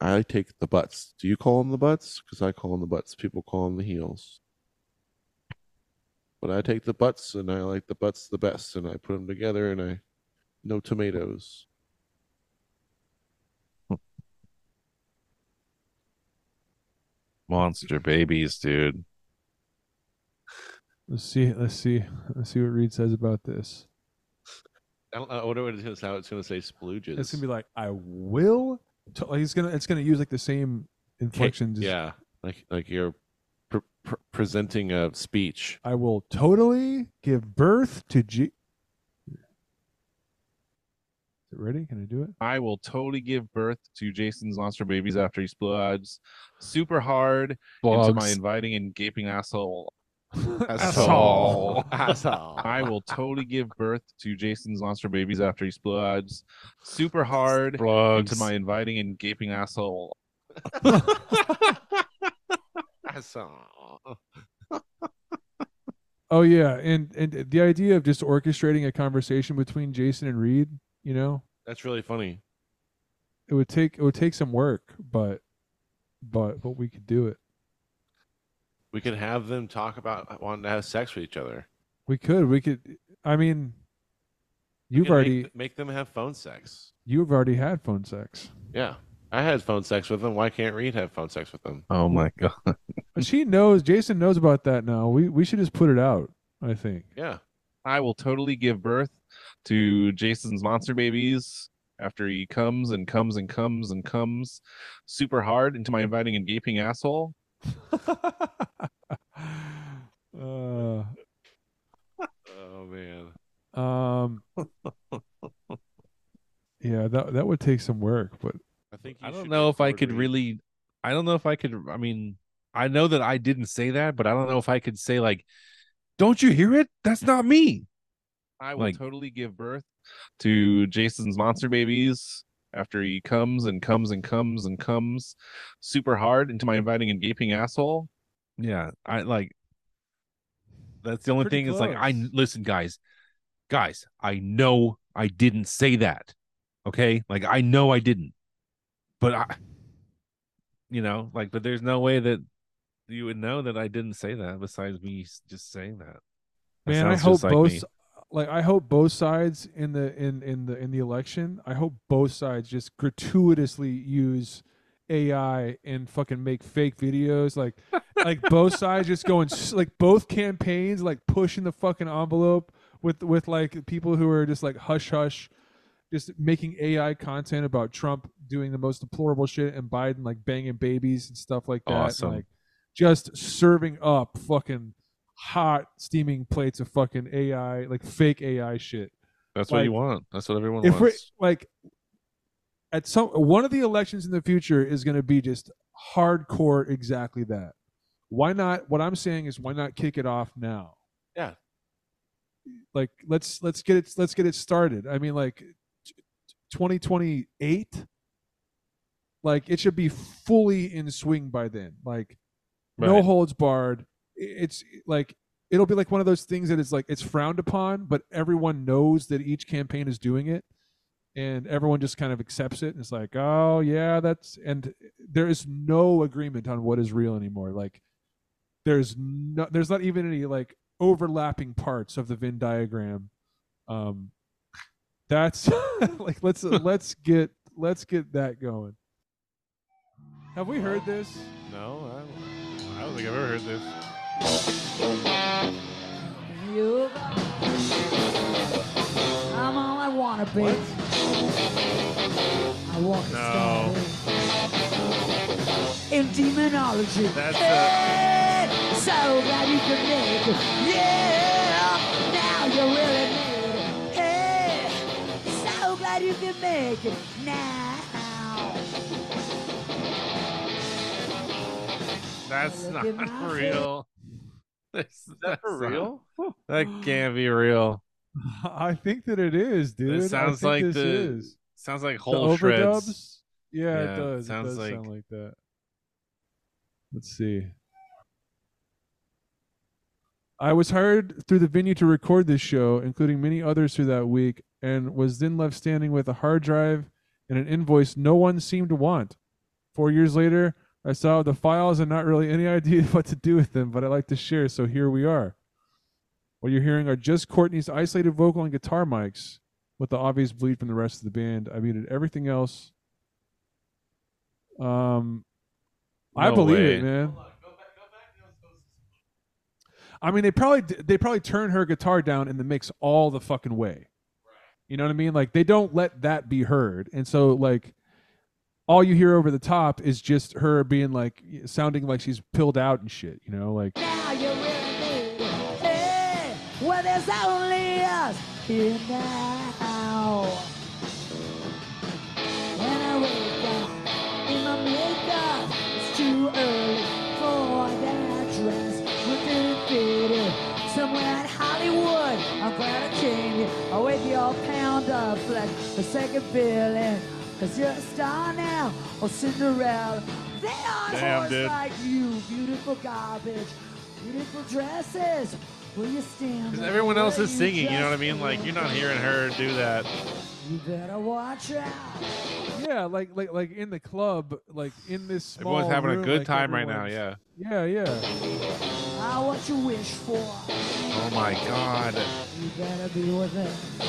I take the butts. Do you call them the butts? Because I call them the butts. People call them the heels. But I take the butts, and I like the butts the best, and I put them together, and I no tomatoes. Monster babies, dude. Let's see. Let's see. Let's see what Reed says about this. I don't I wonder what it's gonna sound. It's gonna say splooges. It's gonna be like I will. T-. Like he's gonna. It's gonna use like the same inflection. just, yeah, like like you're pr- pr- presenting a speech. I will totally give birth to G. Is it ready? Can I do it? I will totally give birth to Jason's monster babies after he sploods super hard into my inviting and gaping asshole. Asshole. Asshole. I will totally give birth to Jason's monster babies after he sploods super hard into my inviting and gaping asshole. Asshole. Oh yeah, and and the idea of just orchestrating a conversation between Jason and Reed, you know, That's really funny. it would take it would take some work, but but but we could do it. We could have them talk about uh, wanting to have sex with each other. We could. We could. I mean, you've Could make- already make, them have phone sex. you've already had phone sex. Yeah, I had phone sex with them. Why can't Reed have phone sex with them? Oh my god. But she knows. Jason knows about that now. We we should just put it out. I think. Yeah, I will totally give birth to Jason's monster babies after he comes and comes and comes and comes super hard into my inviting and gaping asshole. uh, Oh man. um. Yeah, that that would take some work, but I think I don't know if I could really I don't know if I could I mean I know that I didn't say that, but I don't know if I could say like don't you hear it? That's not me. I will Like- totally give birth to Jason's monster babies after he comes and comes and comes and comes super hard into my inviting and gaping asshole. Yeah, I like that's the only Pretty thing is like I close. listen guys. Guys, I know I didn't say that. Okay? Like I know I didn't. But I you know, like but there's no way that you would know that I didn't say that besides me s- just saying that. That man, I sounds hope just like both me. s- like I hope both sides in the in in the in the election. I hope both sides just gratuitously use AI and fucking make fake videos like like both sides just going s- like both campaigns like pushing the fucking envelope with with like people who are just like hush hush just making AI content about Trump doing the most deplorable shit and Biden like banging babies and stuff like that. and, Awesome. like just serving up fucking hot steaming plates of fucking AI, like fake AI shit. That's what what you you want. That's what everyone If we wants. like at some one of the elections in the future is going to be just hardcore exactly that. Why not what I'm saying is why not kick it off now? Yeah. Like let's let's get it let's get it started. I mean like t- 2028 like it should be fully in swing by then. Like no Right. holds barred. I- It's like it'll be like one of those things that is like it's frowned upon, but everyone knows that each campaign is doing it, and everyone just kind of accepts it. And it's like, oh yeah, that's and there is no agreement on what is real anymore. Like there's no, there's not even any like overlapping parts of the Venn diagram. Um, that's like let's let's get let's get that going. Have we heard this? No, I don't, I don't think I've ever heard this. You I'm all I wanna be. I want to No. stay in demonology. That's and so glad you could make it. Yeah, now you really need it. Hey, so glad you could make it now. That's Look in not my real. That's, that for not- real? that can't be real. I think that it is, dude. I sounds think like this the is. Sounds like The whole shreds. overdubs. Yeah, Yeah, it does. It sounds does like- sound like that. Let's see. I was hired through the venue to record this show, including many others through that week, and was then left standing with a hard drive and an invoice no one seemed to want. Four years later, I saw the files and not really any idea what to do with them, but I like to share, so here we are. What you're hearing are just Courtney's isolated vocal and guitar mics with the obvious bleed from the rest of the band. I muted everything else. Um, I No believe way. it, man. I mean, they probably d- they probably turn her guitar down in the mix all the fucking way. You know what I mean? Like they don't let that be heard, and so like all you hear over the top is just her being like sounding like she's pilled out and shit. You know, like Now you really need it. Hey, well, there's only us here now. When I wake up in my makeup, it's too early for that dress. We're doing theater somewhere in Hollywood. I'm glad I came here. I'll wake you all pound of flesh, a second feeling. Cause you're a star now, or Cinderella. They are Damn, horse dude. like you, beautiful garbage, beautiful dresses. Will you stand? Because up? everyone else Will is singing, you know what I just mean? Like stand you're not up? hearing her do that. You better watch out. yeah, like like like in the club, like in this. Small Everyone's having a room, good Oh, like, time right now. everyone's- Yeah. Yeah, yeah. Ah, what you wish for. Oh my god. You better be with it.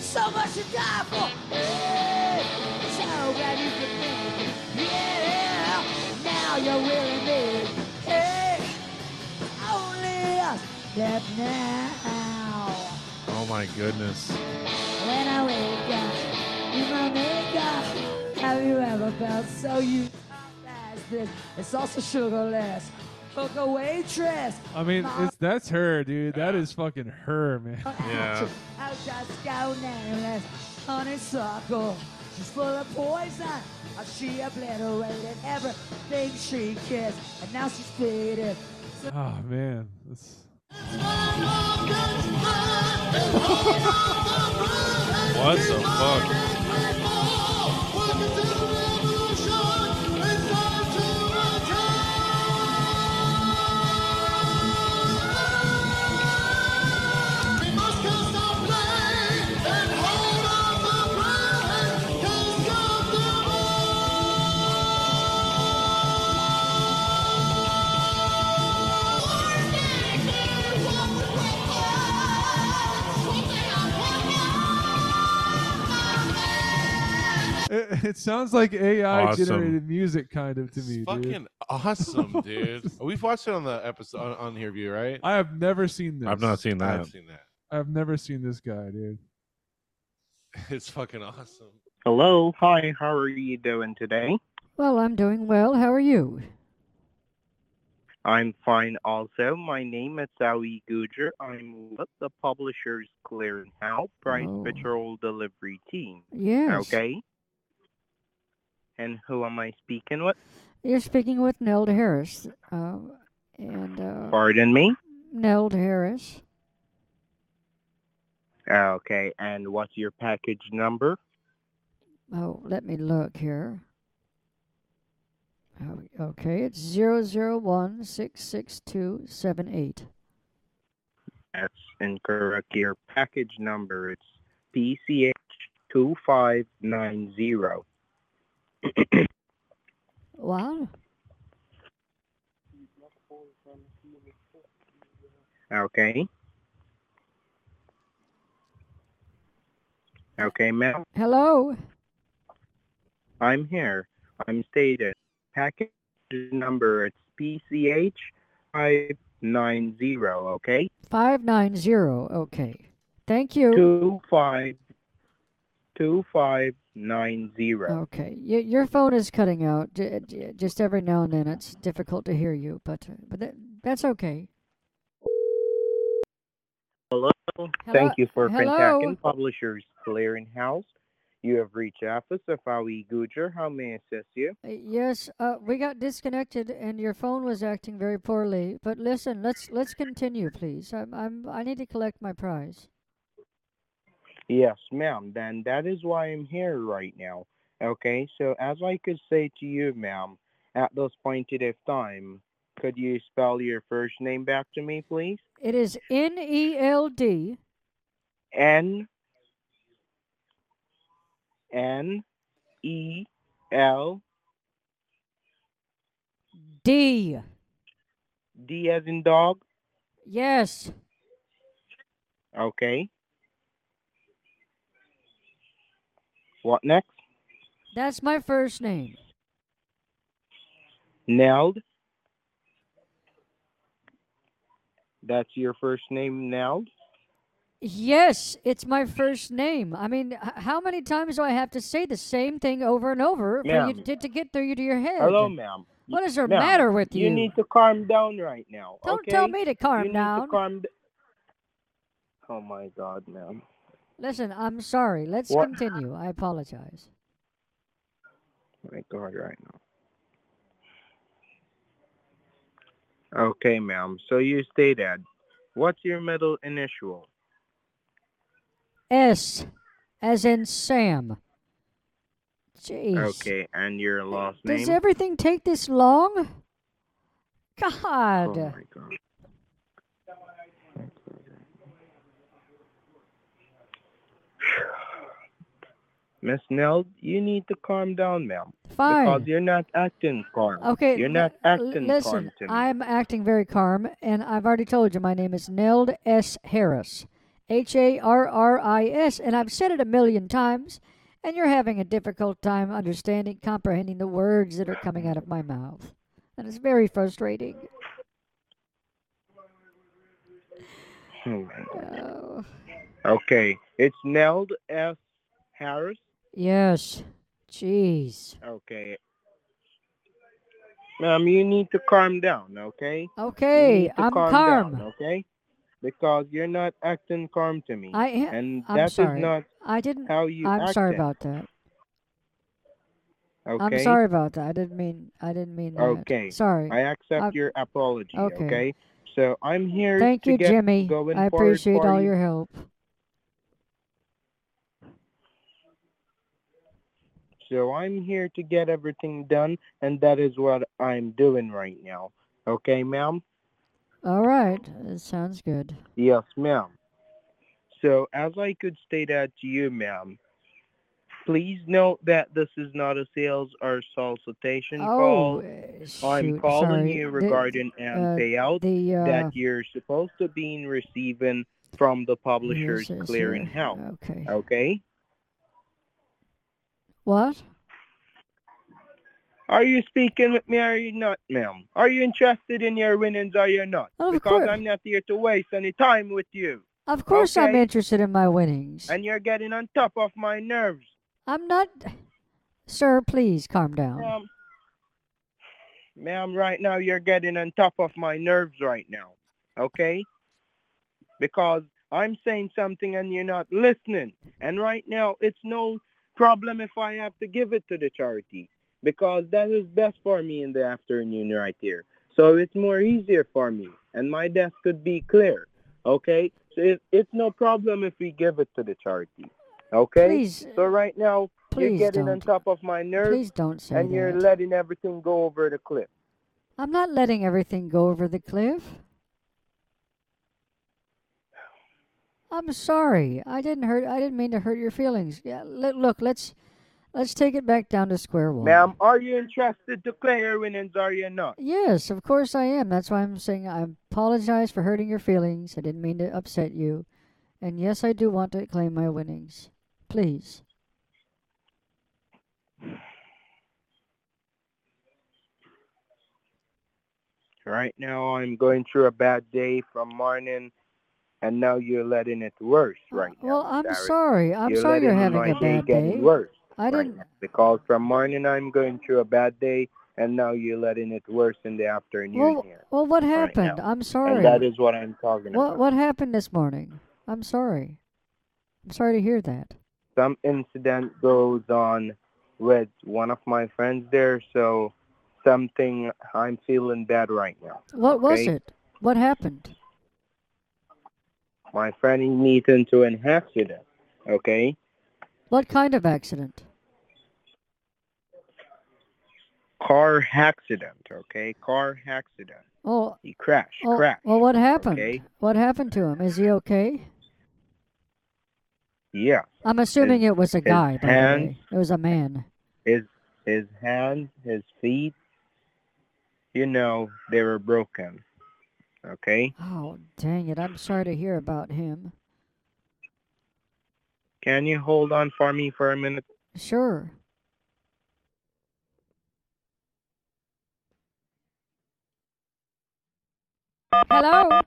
So much to die for. Hey, so glad you could make it. Yeah, now you really need. it. Hey, only us left now. Oh my goodness. When I wake up in my makeup, have you ever felt so you as this? It's also sugarless. Hook a waitress. I mean, it's that's her, dude. That is fucking her, man. Yeah. I'll just go nameless. Honeysuckle. She's full of poison. Uh, She obliterated everything she kissed. And now she's faded. Oh man, that's. What the fuck? It, it sounds like AI Awesome. generated music, kind of to It's me. fucking dude. awesome, dude. We've watched it on the episode on, on here view, right? I have never seen this. I've not seen that. I've seen that. I've never seen this guy, dude. It's fucking awesome. Hello. Hi. How are you doing today? Well, I'm doing well. How are you? I'm fine also. My name is Ali Gujar. I'm with the Publishers Clearinghouse Price Oh. Patrol Delivery Team. Yes. Okay. And who am I speaking with? You're speaking with Neld Harris. Uh, and uh, Pardon me? Neld Harris. Okay. And what's your package number? Oh, let me look here. Oh, Okay, it's zero zero one six six two seven eight. That's incorrect. Your package number it's PCH two five nine zero. What? Okay. Okay, ma'am. Hello. I'm here. I'm stated. Package number it's PCH five nine zero. Okay. 590. Okay. Thank you. Two five two five nine zero. Okay. Y- your phone is cutting out. J- j- just every now and then it's difficult to hear you, but uh, but that, that's okay. Hello. Hello? Thank you for Hello? contacting Publishers Clearinghouse. You have reached Office of Ali Gujar. How may I assist you? Uh, Yes, uh, we got disconnected and your phone was acting very poorly. But listen, let's let's continue, please. I'm, I'm I need to collect my prize. Yes, ma'am. Then that is why I'm here right now. Okay, so as I could say to you, ma'am, at this point of time, could you spell your first name back to me, please? It is N E L D N N E L D. D as in dog. Yes. Okay. What next? That's my first name. Neld That's your first name now? Yes, it's my first name. I mean, h- how many times do I have to say the same thing over and over for you Ma'am. to, to get through you to your head? Hello, ma'am. What is the Ma'am, matter with you? You need to calm down right now. Don't okay? tell me to you calm need down. To calm d- oh my God, ma'am. Listen, I'm sorry. Let's What- continue. I apologize. my God, right now. Okay, ma'am. So you stated, what's your middle initial? S, as in Sam. Jeez. Okay, and your last Does name? everything take this long? God. Oh my God. Miss Nell, you need to calm down, ma'am. Because Fine. you're not acting calm. Okay. You're not l- l- acting Listen, calm to me. I'm acting very calm, and I've already told you my name is Neld S. Harris. H A R R I S, and I've said it a million times, and you're having a difficult time understanding, comprehending the words that are coming out of my mouth. And it's very frustrating. Oh my God. Oh, Okay, it's Neld S. Harris. yes. Jeez. Okay. Ma'am, you need to calm down, okay? You Okay, need to I'm calm calm. down, okay? Because you're not acting calm to me. I am. and I'm that is sorry. not I didn't. how you I'm act sorry then, about that. okay? I'm sorry about that. I didn't mean. I didn't mean that. Okay. Sorry. I accept I'm- your apology, okay. okay. So I'm here Thank to you, get Jimmy. going I forward appreciate for all you. your help. So I'm here to get everything done and that is what I'm doing right now. Okay, ma'am? All right. That sounds good. Yes, ma'am. So, as I could state that to you, ma'am, please note that this is not a sales or solicitation oh, call. uh, I'm shoot, calling sorry. you The- regarding an uh, payout the uh, that you're supposed to be receiving from the publisher's yes, yes, yeah, clearinghouse. Okay. Okay? What? Are you speaking with me or are you not, ma'am? Are you interested in your winnings or you're not? Of because course. I'm not here to waste any time with you. Of course, I'm Okay. interested in my winnings. And you're getting on top of my nerves. I'm not. Sir, please calm down. Ma'am, Um, ma'am, right now you're getting on top of my nerves right now, okay? Because I'm saying something and you're not listening. And right now, it's no problem if I have to give it to the charity because that is best for me in the afternoon right here. So it's more easier for me and my desk could be clear, okay? So it, it's no problem if we give it to the charity, okay? Please, So right now, Please you're getting on don't. top of my nerves please don't say and you're that. letting everything go over the cliff. I'm not letting everything go over the cliff. I'm sorry. I didn't hurt. I didn't mean to hurt your feelings. Yeah, let, look, let's let's take it back down to square one. Ma'am, are you interested to clear your winnings or you not? Yes, of course I am. That's why I'm saying I apologize for hurting your feelings. I didn't mean to upset you. And yes, I do want to claim my winnings. Please. Right now I'm going through a bad day from morning and now you're letting it worse right now. Oh, well, Miss I'm Harris. sorry. I'm you're sorry you're letting having my a bad getting day. worse I right didn't. now. Because from morning I'm going through a bad day and now you're letting it worse in the afternoon Well, here. well, what now. happened? I'm sorry. And that is what I'm talking What about. what happened this morning? I'm sorry. I'm sorry to hear that. some incident goes on with one of my friends there, so something I'm feeling bad right now. What was Okay. it? What happened? My friend is neat into an accident, okay? What kind of accident? Car accident, okay? Car accident. Oh, He crashed, oh crashed. well, what happened? okay. What happened to him? Is he okay? Yeah. I'm assuming it was a his guy, by the hand- way. It was a man. His his hands, his feet, you know, they were broken. Okay? Oh, dang it. I'm sorry to hear about him. Can you hold on for me for a minute? Sure. Hello?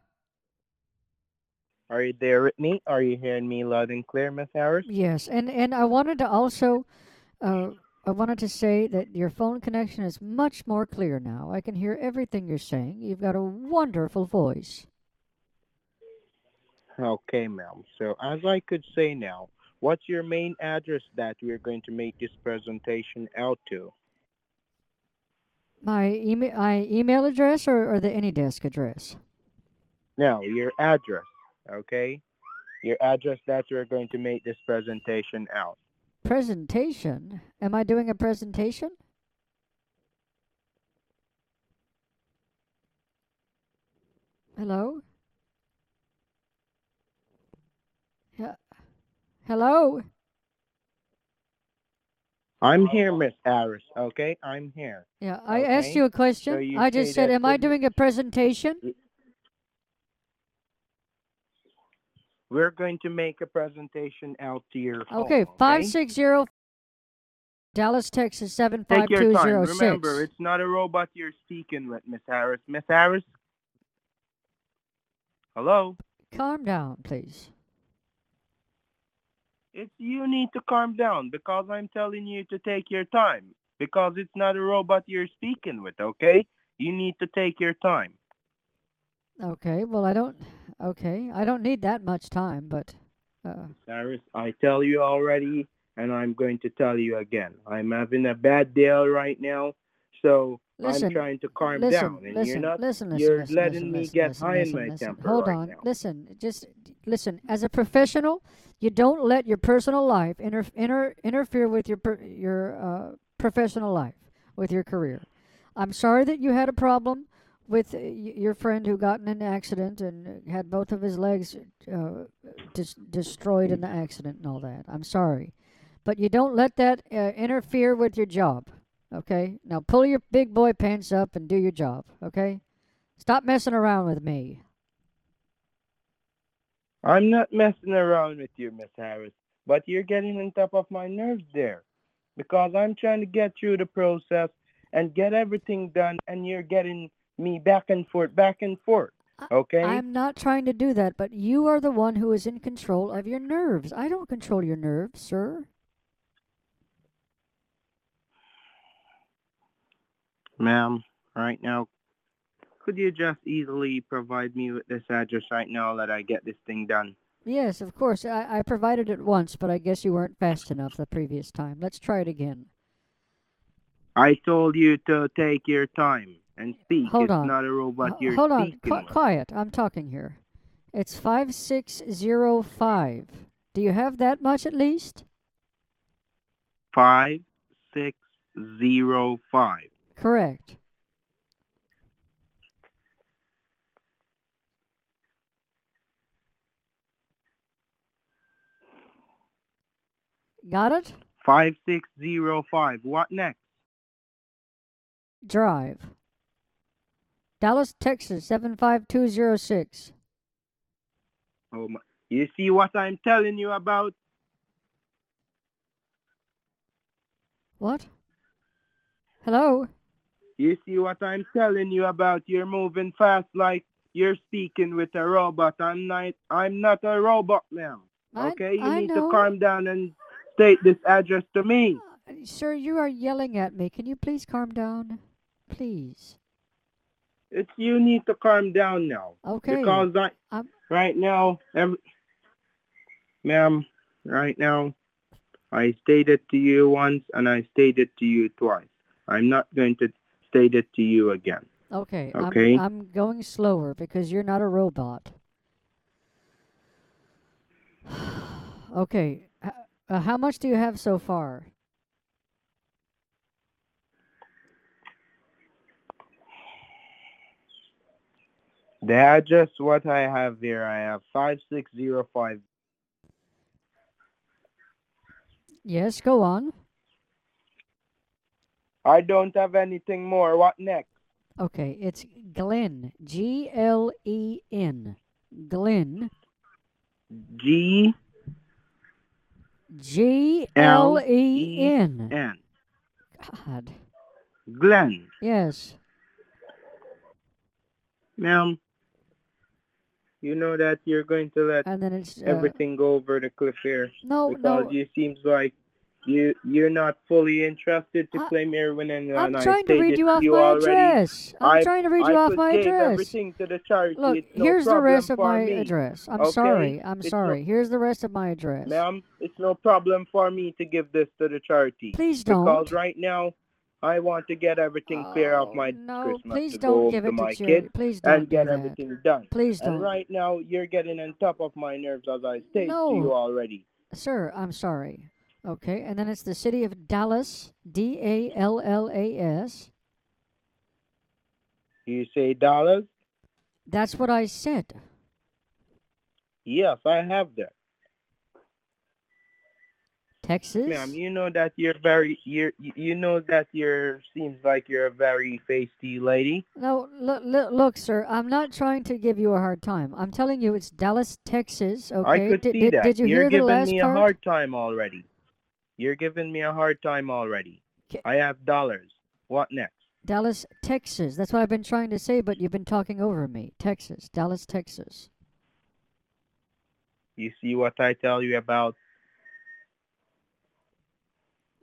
Are you there with me? Are you hearing me loud and clear, Miss Harris? Yes, and and I wanted to also, uh, I wanted to say that your phone connection is much more clear now. I can hear everything you're saying. You've got a wonderful voice. Okay, ma'am. So as I could say now, what's your main address that we're going to make this presentation out to? My email, my email address, or, or the AnyDesk address. Now, your address, okay? Your address that we're going to make this presentation out. Presentation. Am I doing a presentation? Hello. Yeah. Hello. I'm here, Miss Harris, okay? I'm here. Yeah, I asked Okay, you a question. you I just say said, that "Am I the- doing a presentation?" We're going to make a presentation out to your phone, Okay, five six zero, Dallas, Texas seven five Take your two time. zero Remember, six. it's not a robot you're speaking with, Miss Harris. Miss Harris? Hello? Calm down, please. It's you need to calm down because I'm telling you to take your time because it's not a robot you're speaking with, okay? You need to take your time. Okay. Well, I don't. Okay, I don't need that much time, but uh, Cyrus, I tell you already, and I'm going to tell you again. I'm having a bad day right now, so Listen, I'm trying to calm listen, down, and listen, you're not. listen, listen, you're listen, letting listen, me listen, get listen, high in listen, my listen. temper Hold right on, now. listen, just listen. As a professional, you don't let your personal life inter- inter- interfere with your per- your uh, professional life, with your career. I'm sorry that you had a problem with uh, y- your friend who got in an accident and had both of his legs uh, dis- destroyed in the accident and all that. I'm sorry, but you don't let that uh, interfere with your job. Okay, now pull your big boy pants up and do your job. Okay, stop messing around with me. I'm not messing around with you, Miss Harris, but you're getting on top of my nerves there because I'm trying to get through the process and get everything done, and you're getting me back and forth, back and forth. I- Okay? I'm not trying to do that, but you are the one who is in control of your nerves. I don't control your nerves, sir. Ma'am, right now, could you just easily provide me with this address right now that I get this thing done? Yes, of course. I, I provided it once, but I guess you weren't fast enough the previous time. Let's try it again. I told you to take your time and speak. Hold it's on. not a robot Ho- you're Hold on. speaking Qui- with. quiet. I'm talking here. It's 5605. Do you have that much at least? Five, six, zero, five. Correct. Got it? Five, six, zero, five. What next? Drive. Dallas, Texas 75206. Oh my. You see what I'm telling you about? What? Hello? You see what I'm telling you about? You're moving fast like you're speaking with a robot. I'm not. I'm not a robot, ma'am. I- Okay, you I need know. to calm down and state this address to me. Uh, Sir, you are yelling at me. Can you please calm down? Please. It's you need to calm down now. Okay. Um, Because I, I'm- right now, every, ma'am, right now, I stated to you once and I stated to you twice. I'm not going to state it to you again. Okay. Okay. I'm, I'm going slower because you're not a robot. okay. h- Uh, how much do you have so far? The address what I have there, I have five six zero five. Yes, go on. I don't have anything more. What next? Okay, it's Glen. G L E N. E Glen. G G L E N. N God. Glenn, Yes. ma'am. You know that you're going to let and then it's uh, everything go over the cliff here no, because Oh, no. you seems like you you're not fully interested to I- claim Irwin and I'm and I trying to read stated you off you my already. address. I'm I- trying to read I you off could my give address. everything to the charity. Look, It's no here's the rest problem of for my me. address. I'm okay? sorry. I'm It's no- sorry. Here's the rest of my address. Ma'am, it's no problem for me to give this to the charity. Please Because don't. right now, I want to get everything clear off Oh, my no, Christmas please to don't go give to it my to charity. kids Please don't and do get that. everything done. Please don't. And right now, you're getting on top of my nerves as I stated No. to you already. Sir, I'm sorry. Okay, and then it's the city of Dallas, D A L L A S. You say dollars? That's what I said. Yes, I have that. Texas. Ma'am, you know that you're very you you know that you're seems like you're a very feisty lady. No, look, look, look, sir. I'm not trying to give you a hard time. I'm telling you, it's Dallas, Texas. Okay. I could did, see did, that. did you You're hear the giving last me part? a hard time already. You're giving me a hard time already. K- I have dollars. What next? Dallas, Texas. That's what I've been trying to say, but you've been talking over me. Texas, Dallas, Texas. You see what I tell you about?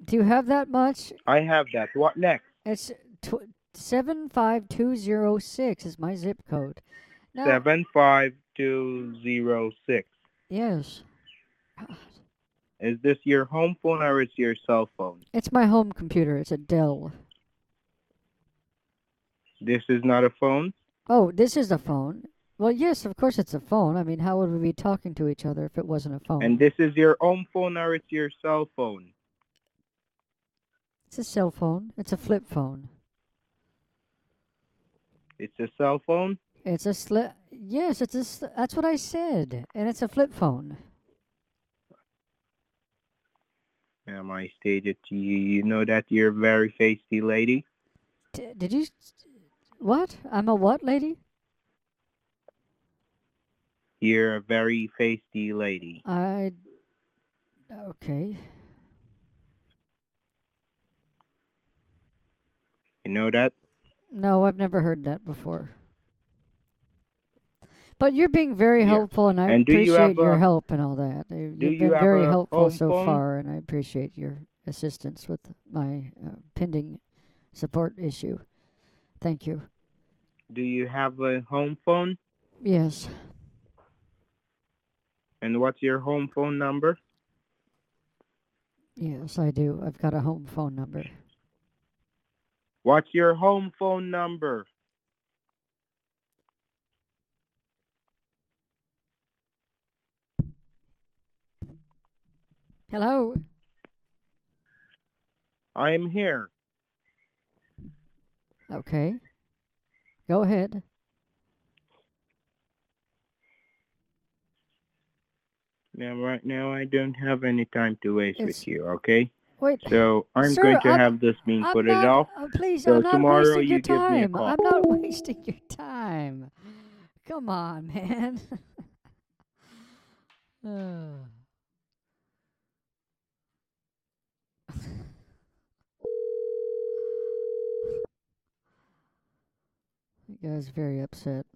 Do you have that much? I have that. What next? It's tw- seven five two zero six is my zip code. Now, Seven five two zero six. Yes. God. Is this your home phone or is your cell phone? It's my home computer. It's a Dell. This is not a phone. Oh, this is a phone. Well, yes, of course it's a phone. I mean, how would we be talking to each other if it wasn't a phone? And this is your home phone or it's your cell phone. it's a cell phone. It's a flip phone. It's a cell phone. It's a slip. Yes, it's a. Sl- that's what I said. And it's a flip phone. Ma'am, I stated to you, you know that you're a very feisty lady. D- did you? s- What? I'm a what, lady? You're a very feisty lady. I. Okay. You know that? No, I've never heard that before. But you're being very Yeah. helpful, and I And do you appreciate have your a- help and all that. Uh, You've do been you have very a helpful home so phone? far, and I appreciate your assistance with my uh, pending support issue. Thank you. Do you have a home phone? Yes, And what's your home phone number? yes, I do. I've got a home phone number. What's your home phone number? Hello. I'm here. Okay. Go ahead. Ma'am, right now I don't have any time to waste It's- with you, okay? Wait. So I'm Sir, going to I'm- have this being I'm put not, it off. uh, please, So I'm not tomorrow wasting your you give me a time. call. I'm not wasting your time. Come on, man. Uh. you guys very upset.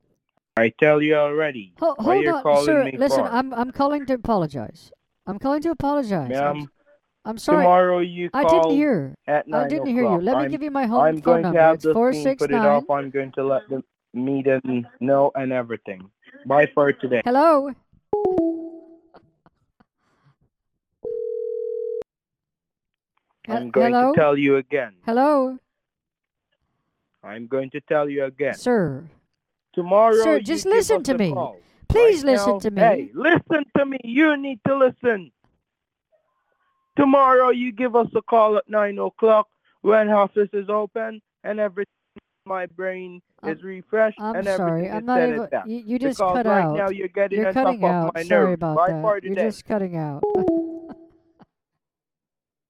I tell you already. Ho- Why hold you're on, calling sir. me Listen, for? I'm I'm calling to apologize. I'm calling to apologize. I'm, Ma'am, s- I'm sorry. tomorrow you I call didn't hear. at nine I didn't hear you. o'clock. Let me I'm- give you my home I'm phone going number. to have it's this four being six put it nine. off. I'm going to let the media know and everything. Bye for today. Hello. He- I'm going hello? to tell you again. Hello, I'm going to tell you again. sir. Tomorrow. Sir, you just give listen us to a me. call. Please Right listen now- to me. Hey, listen to me. You need to listen. Tomorrow you give us a call at nine o'clock when office is open and everything. in My brain is I'm- refreshed I'm and sorry. everything I'm is not said able. and done. You, you just because cut right out. now you're getting You're on top cutting of out. my Sorry nerves. about Bye that. for You're today. just cutting out.